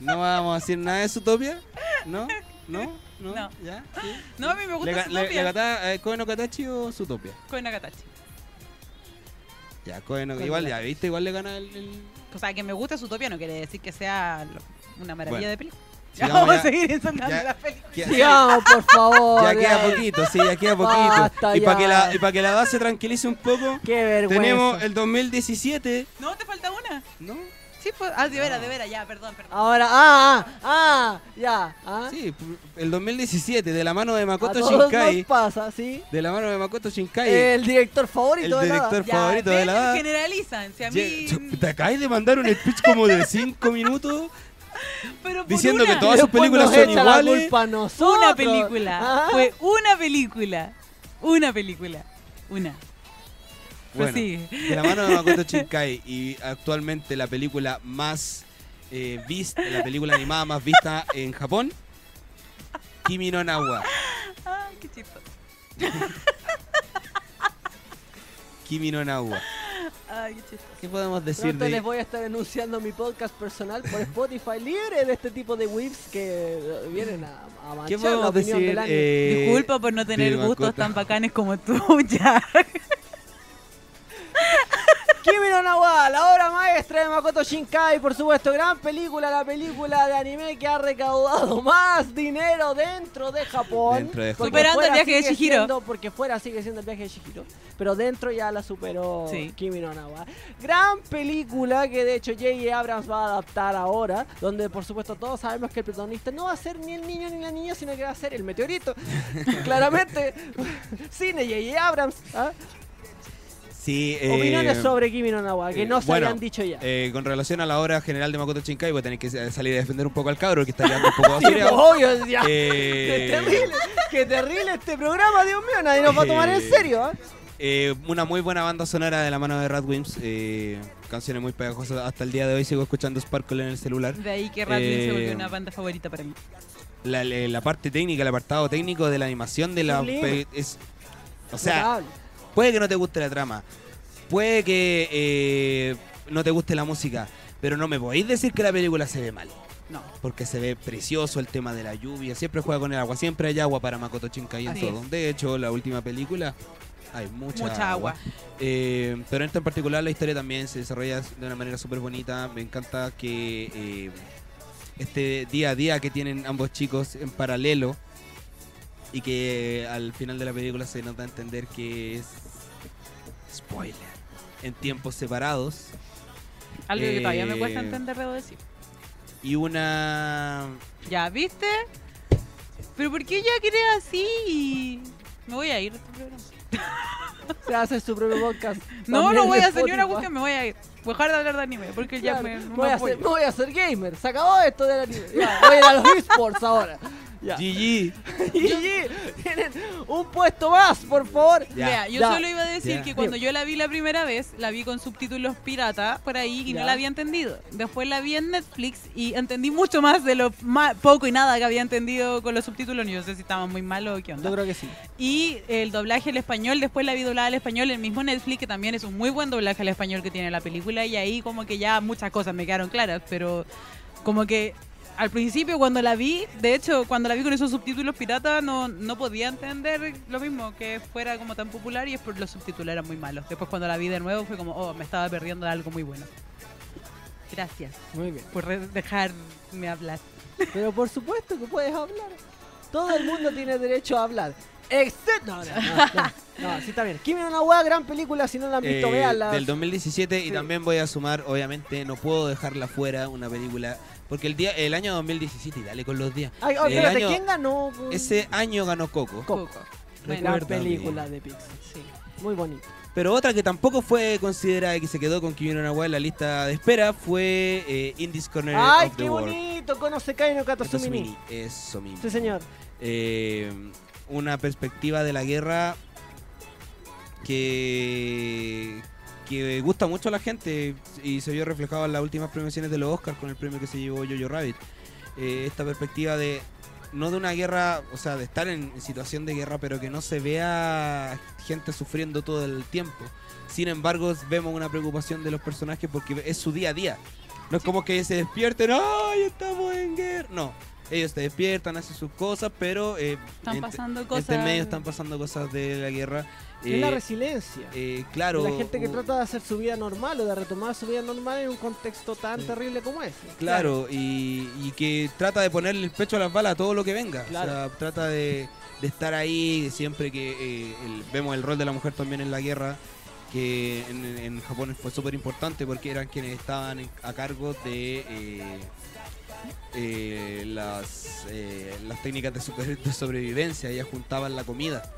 ¿No vamos a decir nada de Zootopia? ¿No? ¿No? ¿No? No. ¿Ya? ¿Sí? No, a mí me ¿Le, gusta ga- le, le Zootopia. gata- eh, Koe no Katachi o Zootopia? Koe no Katachi. Ya, Koe no- Koe no igual, ya, ¿viste? Igual le gana el... el- O sea, que me gusta Zootopia no quiere decir que sea lo- una maravilla Bueno. de película. Ya Sigamos, [laughs] vamos a ya. seguir insultando Ya. las películas. Que- Sigamos, por favor. Ya queda Ay, poquito, sí, ya queda poquito. Basta, y para que, la- ya. y pa' que la edad se tranquilice un poco, Qué vergüenza. tenemos el 2017, No, te falta una. ¿no? Sí, pues. Ah, de veras, de veras, ya, perdón, perdón. Ahora, ah, ah, ah, ya. Ah. Sí, pu- el 2017, de la mano de A Makoto todos Eh, Shinkai. nos pasa, ¿sí? De la mano de Makoto Shinkai. El director el favorito de la- director Ya, favorito de ven, la edad. generalizan. Si a mí. Llega- Te acabas de mandar un speech como de 5 minutos Pero por diciendo una, que todas sus Después películas nos son echa la iguales. culpa a Fue nosotros. una película. Ah, Fue una película. Una película. Una. Pues Bueno, Prosigue. de la mano de Makoto Shinkai y actualmente la película más eh, vista, la película animada más vista en Japón, Kimi no Nawa. Ay, qué chistoso. Kimi no Nawa. Ay, qué chistoso. ¿Qué podemos decir Pronto les de voy a estar anunciando mi podcast personal por Spotify libre de este tipo de whips que eh, vienen a, a manchar ¿Qué la podemos opinión decir? del año. eh, Disculpa por no tener de gustos Makoto? tan bacanes como tú, [laughs] ya. Kimi no Nawa, la obra maestra de Makoto Shinkai, por supuesto, gran película, la película de anime que ha recaudado más dinero dentro de Japón. Dentro Porque de Japón. Superando el fuera viaje de sigue Chihiro. siendo- porque fuera sigue siendo el viaje de Chihiro, pero dentro ya la superó Sí. Kimi no Nawa. Gran película que de hecho J.J. Abrams va a adaptar ahora, donde por supuesto todos sabemos que el protagonista no va a ser ni el niño ni la niña, sino que va a ser el meteorito. [laughs] Claramente, [laughs] cine J.J. Abrams. ¿ah? Sí, eh, Opiniones sobre Kimi no Nawa, que eh, no se bueno, habían dicho ya. eh, con relación a la obra general de Makoto Shinkai, voy a tener que eh, salir a defender un poco al cabro que está quedando un [laughs] poco Sí, pues, basureado. obvio, ya. [laughs] Qué Eh, terrible, qué terrible este programa, Dios mío, nadie nos va a tomar en Eh, serio. ¿eh? eh, una muy buena banda sonora de la mano de Radwimps. eh, canciones muy pegajosas. Hasta el día de hoy sigo escuchando Sparkle en el celular. De ahí que Radwin se volvió Eh, una banda favorita para mí. La, la- la parte técnica, el apartado técnico de la animación de la. Sublime. pe- es, o sea, Notable. puede que no te guste la trama. Puede que eh, no te guste la música. Pero no me podéis decir que la película se ve mal. No. porque se ve precioso el tema de la lluvia, siempre juega con el agua, siempre hay agua para Makoto Shinkai en Así todo. es. De hecho, la última película hay mucha, Mucha agua. Eh, pero esta en particular la historia también se desarrolla de una manera súper bonita. Me encanta que eh, este día a día que tienen ambos chicos en paralelo y que al final de la película se nos da a entender que es spoiler en tiempos separados Algo que todavía me eh, cuesta entender, debo decir. y una Ya, ¿viste? Pero ¿por qué ya querés así? Me voy a ir de este programa. Se hace su propio podcast. [laughs] No, También no voy de a hacer ni una Spotify. cuestión, me voy a ir. Voy a dejar de hablar de anime, porque ya Claro, me, no voy, me a ser, apoyo. voy a ser gamer. Se acabó esto de la anime. Ya, voy a ir a los esports ahora. Ya. [laughs] GG. GG, tienen un puesto más, por favor. Ya. Vea, [laughs] yo Ya, solo iba a decir ya. que cuando yo la vi la primera vez, la vi con subtítulos pirata por ahí y Ya. no la había entendido. Después la vi en Netflix y entendí mucho más de lo ma- poco y nada que había entendido con los subtítulos. Yo no sé si estaban muy malos o qué onda. Yo creo que sí. Y el doblaje al español, después la vi doblada al español en mismo Netflix, que también es un muy buen doblaje al español que tiene la película. Y ahí como que ya muchas cosas me quedaron claras, pero como que al principio cuando la vi, de hecho cuando la vi con esos subtítulos pirata no, no podía entender lo mismo, que fuera como tan popular y es por los subtítulos eran muy malos. Después cuando la vi de nuevo fue como, oh, me estaba perdiendo de algo muy bueno. Gracias Muy bien. por re- dejarme hablar. Pero por supuesto que puedes hablar. Todo el mundo tiene derecho a hablar. Excepto. No, no, no, no, no, sí está bien. Kimi no Nawa, gran película. Si no la han visto, Eh, véanla. del 2017 y Sí. también voy a sumar, obviamente no puedo dejarla fuera una película porque el día el año 2017 y dale con los días. Ay, oh, el espérate, año- ¿quién ganó? po? Ese año ganó Coco, Coco. Bueno, Gran Recuerdo. película de Pixar. sí. Muy bonita. pero otra que tampoco fue considerada y que se quedó con Kimi no Na wa en la lista de espera fue eh, Indies Corner Ay, of the qué World. bonito. Conoce Kai no Esto es Katasumi ni. mini, Eso mismo. Sí, señor. eh, una perspectiva de la guerra que que gusta mucho a la gente y se vio reflejado en las últimas premiaciones de los Oscars con el premio que se llevó Jojo Rabbit. Eh, esta perspectiva de no de una guerra, o sea, de estar en situación de guerra, pero que no se vea gente sufriendo todo el tiempo. Sin embargo, vemos una preocupación de los personajes porque es su día a día. No es como que se despierten, ¡ay, estamos en guerra! No, ellos se despiertan, hacen sus cosas, pero eh, Están ent- pasando entre cosas. medio están pasando cosas de la guerra. es la Eh, resiliencia. eh, claro, la gente que u- trata de hacer su vida normal o de retomar su vida normal en un contexto tan terrible como ese. Claro, y, y que trata de ponerle el pecho a las balas a todo lo que venga. Claro. O sea, trata de, de estar ahí siempre que eh, el- vemos el rol de la mujer también en la guerra, que en, en Japón fue súper importante porque eran quienes estaban en- a cargo de eh, eh, las, eh, las técnicas de, super- de sobrevivencia, ellas juntaban la comida.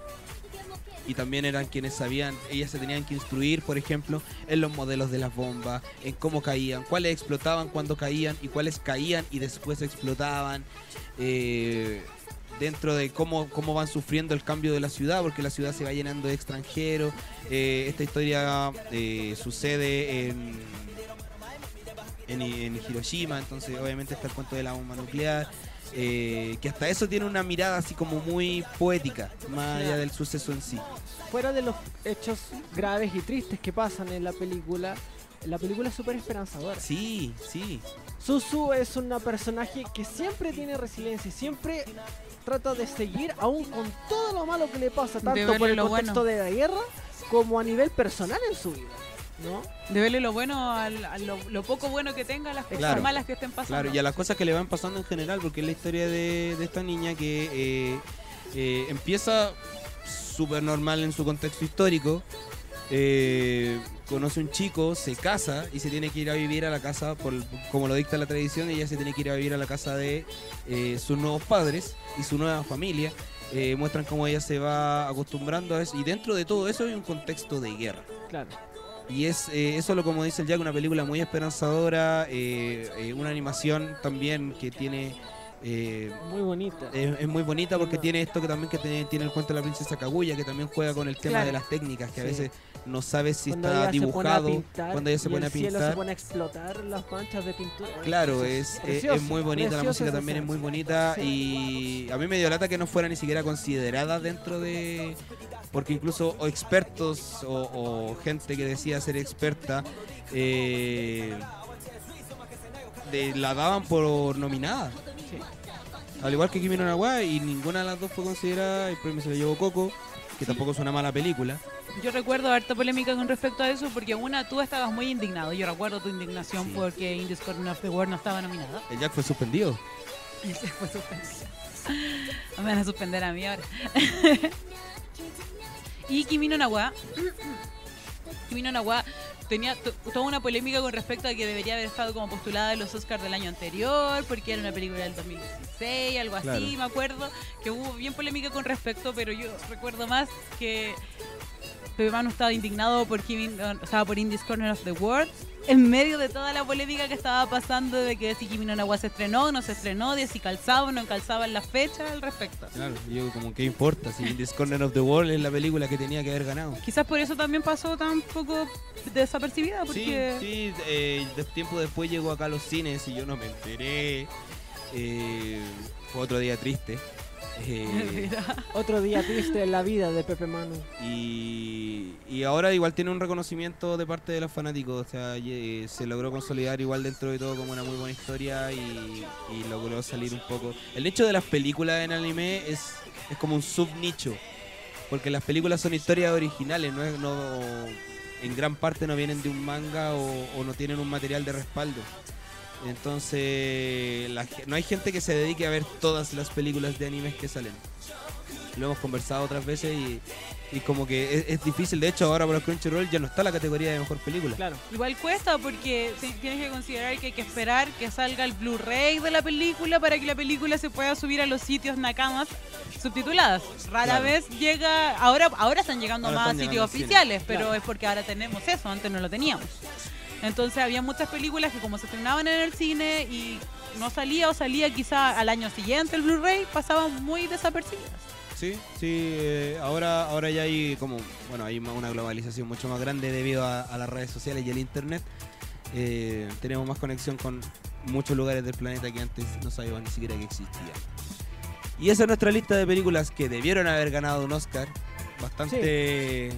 Y también eran quienes sabían, ellas se tenían que instruir, por ejemplo, en los modelos de las bombas, en cómo caían, cuáles explotaban cuando caían y cuáles caían y después explotaban. eh, dentro de cómo, cómo van sufriendo el cambio de la ciudad, porque la ciudad se va llenando de extranjeros. Eh, esta historia eh, sucede en, en, en Hiroshima, entonces obviamente está el cuento de la bomba nuclear. eh, que hasta eso tiene una mirada así como muy poética, más allá del suceso en sí. Fuera de los hechos graves y tristes que pasan en la película, la película es súper esperanzadora. Sí, sí. Suzu es una personaje que siempre tiene resiliencia y siempre trata de seguir aún con todo lo malo que le pasa, tanto verle por el lo contexto bueno. de la guerra como a nivel personal en su vida. ¿no? De verle lo bueno, al, a lo, lo poco bueno que tenga, a las cosas Claro. malas que estén pasando. Claro, y a las cosas que le van pasando en general, porque es la historia de, de esta niña que eh, eh, empieza súper normal en su contexto histórico, eh, conoce un chico, se casa y se tiene que ir a vivir a la casa, por, como lo dicta la tradición, ella se tiene que ir a vivir a la casa de eh, sus nuevos padres y su nueva familia. Eh, muestran cómo ella se va acostumbrando a eso, y dentro de todo eso hay un contexto de guerra. Claro. Y es eh, eso lo como dice el Jack, una película muy esperanzadora, eh, eh, una animación también que tiene eh, Muy bonita. es, es muy bonita porque No. tiene esto que también que tiene, tiene el cuento de la princesa Kaguya, que también juega con el tema Claro. de las técnicas, que a Sí. veces no sabes si Cuando está ella se pone a dibujado, pintar cuando ella se y pone el a pintar. cielo se pone a explotar las manchas de pintura. Claro, Precioso, es, es- precioso, es muy bonita, la preciosa música esa también es escena. muy bonita Sí. y a mí me dio lata que no fuera ni siquiera considerada dentro de... Porque incluso o expertos o, o gente que decía ser experta eh, de- la daban por nominada. Al igual que Kimi no Na wa, y ninguna de las dos fue considerada, el premio se lo llevó Coco, que tampoco es una mala película. Yo recuerdo harta polémica con respecto a eso, porque una, tú estabas muy indignado. Yo recuerdo tu indignación Sí. porque Indies Corner of the World no estaba nominada. El Jack fue suspendido. [laughs] Y se fue suspendido. [laughs] Me van a [laughs] suspender a mí ahora. y Kimi no Na wa, [clears throat] Kimi no na wa tenía to- toda una polémica con respecto a que debería haber estado como postulada en los Oscars del año anterior, porque era una película del 2016, algo así, Claro. me acuerdo, que hubo bien polémica con respecto, pero yo recuerdo más que Pepe Manu estaba indignado por Kimi, no- o sea, por In This Corner of the World, en medio de toda la polémica que estaba pasando de que si Kimi no na wa se estrenó, no se estrenó, de si calzaba o no calzaba en la fecha al respecto. Claro, yo como que importa si In This Corner of the World es la película que tenía que haber ganado. Quizás por eso también pasó tan poco desapercibida, porque... Sí, sí, eh, de- tiempo después llegó acá a los cines y yo no me enteré. Eh, fue otro día triste. [laughs] Eh, Otro día triste en la vida de Pepe Manu. y, y ahora igual tiene un reconocimiento de parte de los fanáticos. O sea, y- eh, se logró consolidar igual dentro de todo como una muy buena historia y, y logró salir un poco. El hecho de las películas en anime es, es como un subnicho. Porque las películas son historias originales, no, es- no en gran parte no vienen de un manga o, o no tienen un material de respaldo. Entonces, la ge- no hay gente que se dedique a ver todas las películas de animes que salen. Lo hemos conversado otras veces y, y como que es, es difícil. De hecho, ahora para los Crunchyroll ya no está la categoría de mejor película. Claro. Igual cuesta porque te- tienes que considerar que hay que esperar que salga el Blu-ray de la película para que la película se pueda subir a los sitios nakamas subtituladas. Rara Claro. vez llega, ahora ahora están llegando Ahora más están llegando sitios al cine, oficiales, pero claro. es porque ahora tenemos eso, antes no lo teníamos. Entonces había muchas películas que como se estrenaban en el cine y no salía o salía quizá al año siguiente el Blu-ray, pasaban muy desapercibidas. Sí, sí. eh, ahora, ahora ya hay como, bueno, hay ma- una globalización mucho más grande debido a, a las redes sociales y el internet. Eh, tenemos más conexión con muchos lugares del planeta que antes no sabíamos ni siquiera que existían. Y esa es nuestra lista de películas que debieron haber ganado un Oscar. Bastante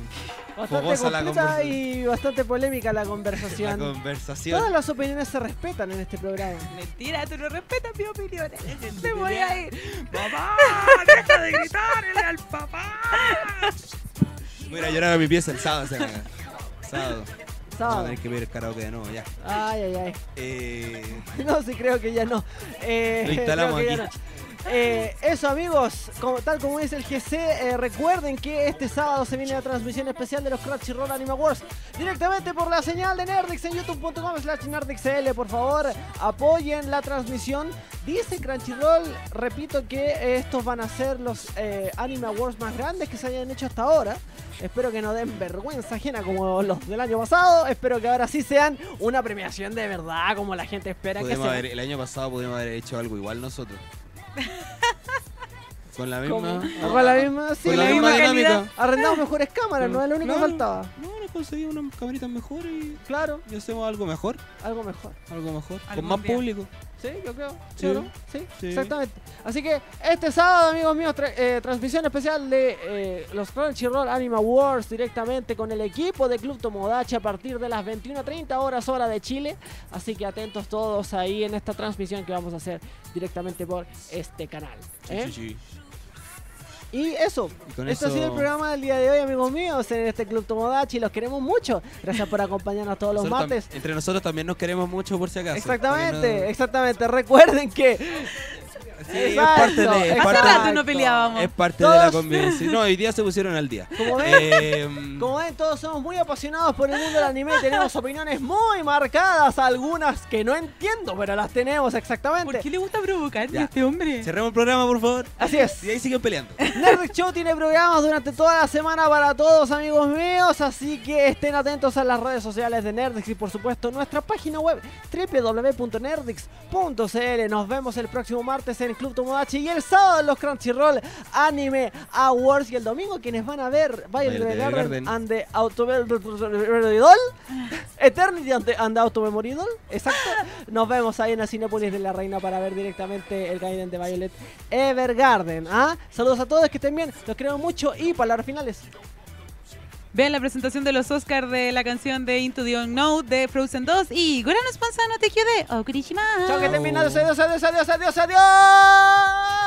Bastante Fogosa la completa conversación. y bastante polémica la [laughs] la conversación. conversación. Todas las opiniones se respetan en este programa. Mentira, tú no respetas mi opinión. [laughs] Me voy a ir. Voy a ir a llorar a mi pieza el sábado. se va a cagar. Sábado. Vamos a Sábado. tener que ver el karaoke de nuevo, ya. Ay, ay, ay. [laughs] Eh, No, sí, creo que ya no. Eh, Lo instalamos creo que aquí. no. Eh, eso amigos, como, tal como dice el GC, eh, recuerden que este sábado se viene la transmisión especial de los Crunchyroll Anime Wars directamente por la señal de Nerdix en youtube.com slash nerdixl, por favor apoyen la transmisión. Dice Crunchyroll, repito que estos van a ser los eh, Anime Awards más grandes que se hayan hecho hasta ahora. Espero que no den vergüenza ajena como los del año pasado. Espero que ahora sí sean una premiación de verdad como la gente espera que Pudimos sea. haber- el año pasado pudimos haber hecho algo igual [laughs] nosotros. Con la Como- misma. con la misma, sí, con la la misma misma- dinámica. Arrendamos mejores cámaras, no es lo único que Claro. faltaba. No, nos conseguimos unas camaritas mejor y, Claro, y hacemos algo mejor. algo mejor. Algo mejor. Con Algún más día. público. Sí, yo creo. Sí. Claro, sí, Sí. exactamente. Así que este sábado, amigos míos, tra- eh, transmisión especial de eh, los Crunchyroll Anime Awards directamente con el equipo de Club Tomodachi a partir de las 21.30 horas hora de Chile. Así que atentos todos ahí en esta transmisión que vamos a hacer directamente por este canal. ¿eh? Sí, sí, sí. Y eso, Y con esto Este ha eso- sido el programa del día de hoy, amigos míos, en este Club Tomodachi. Los queremos mucho. Gracias por acompañarnos todos los Nosotros tam- martes. Entre nosotros también nos queremos mucho por si acaso. Exactamente, Porque exactamente. Recuerden que no- Sí, es Exacto, parte de, es exacto. parte Hace de- rato no peleábamos. es parte de Todos- la convivencia. No, hoy día se pusieron al día. Como ven, Em, como ven, todos somos muy apasionados por el mundo del anime. y [laughs] Tenemos opiniones muy marcadas, algunas que no entiendo, pero las tenemos ¿Por exactamente. qué le gusta provocar Ya. a este hombre? cerremos el programa, por favor. Así es. Y ahí siguen peleando. Nerd Show tiene programas durante toda la semana para todos, amigos míos. Así que estén atentos a las redes sociales de Nerdix y, por supuesto, nuestra página web www.nerdix.cl. Nos vemos el próximo martes en Club Tomodachi y el sábado en los Crunchyroll Anime Awards. Y el domingo, quienes van a ver Violet Violet Garden, Evergarden. and the Automemory Doll, Eternity and the, and the Automemory Doll, exacto. Nos vemos ahí en la Cinepolis de la Reina para ver directamente el Gaiden de Violet Evergarden. ¿ah? Saludos a todos, que estén bien, los queremos mucho y palabras finales. Vean la presentación de los Oscars de la canción de Into the Unknown de Frozen 2 y oh, Gorano Spanzano Tejió de Okurishima. Chao, que estén bien, adiós, adiós, adiós, adiós, adiós, adiós.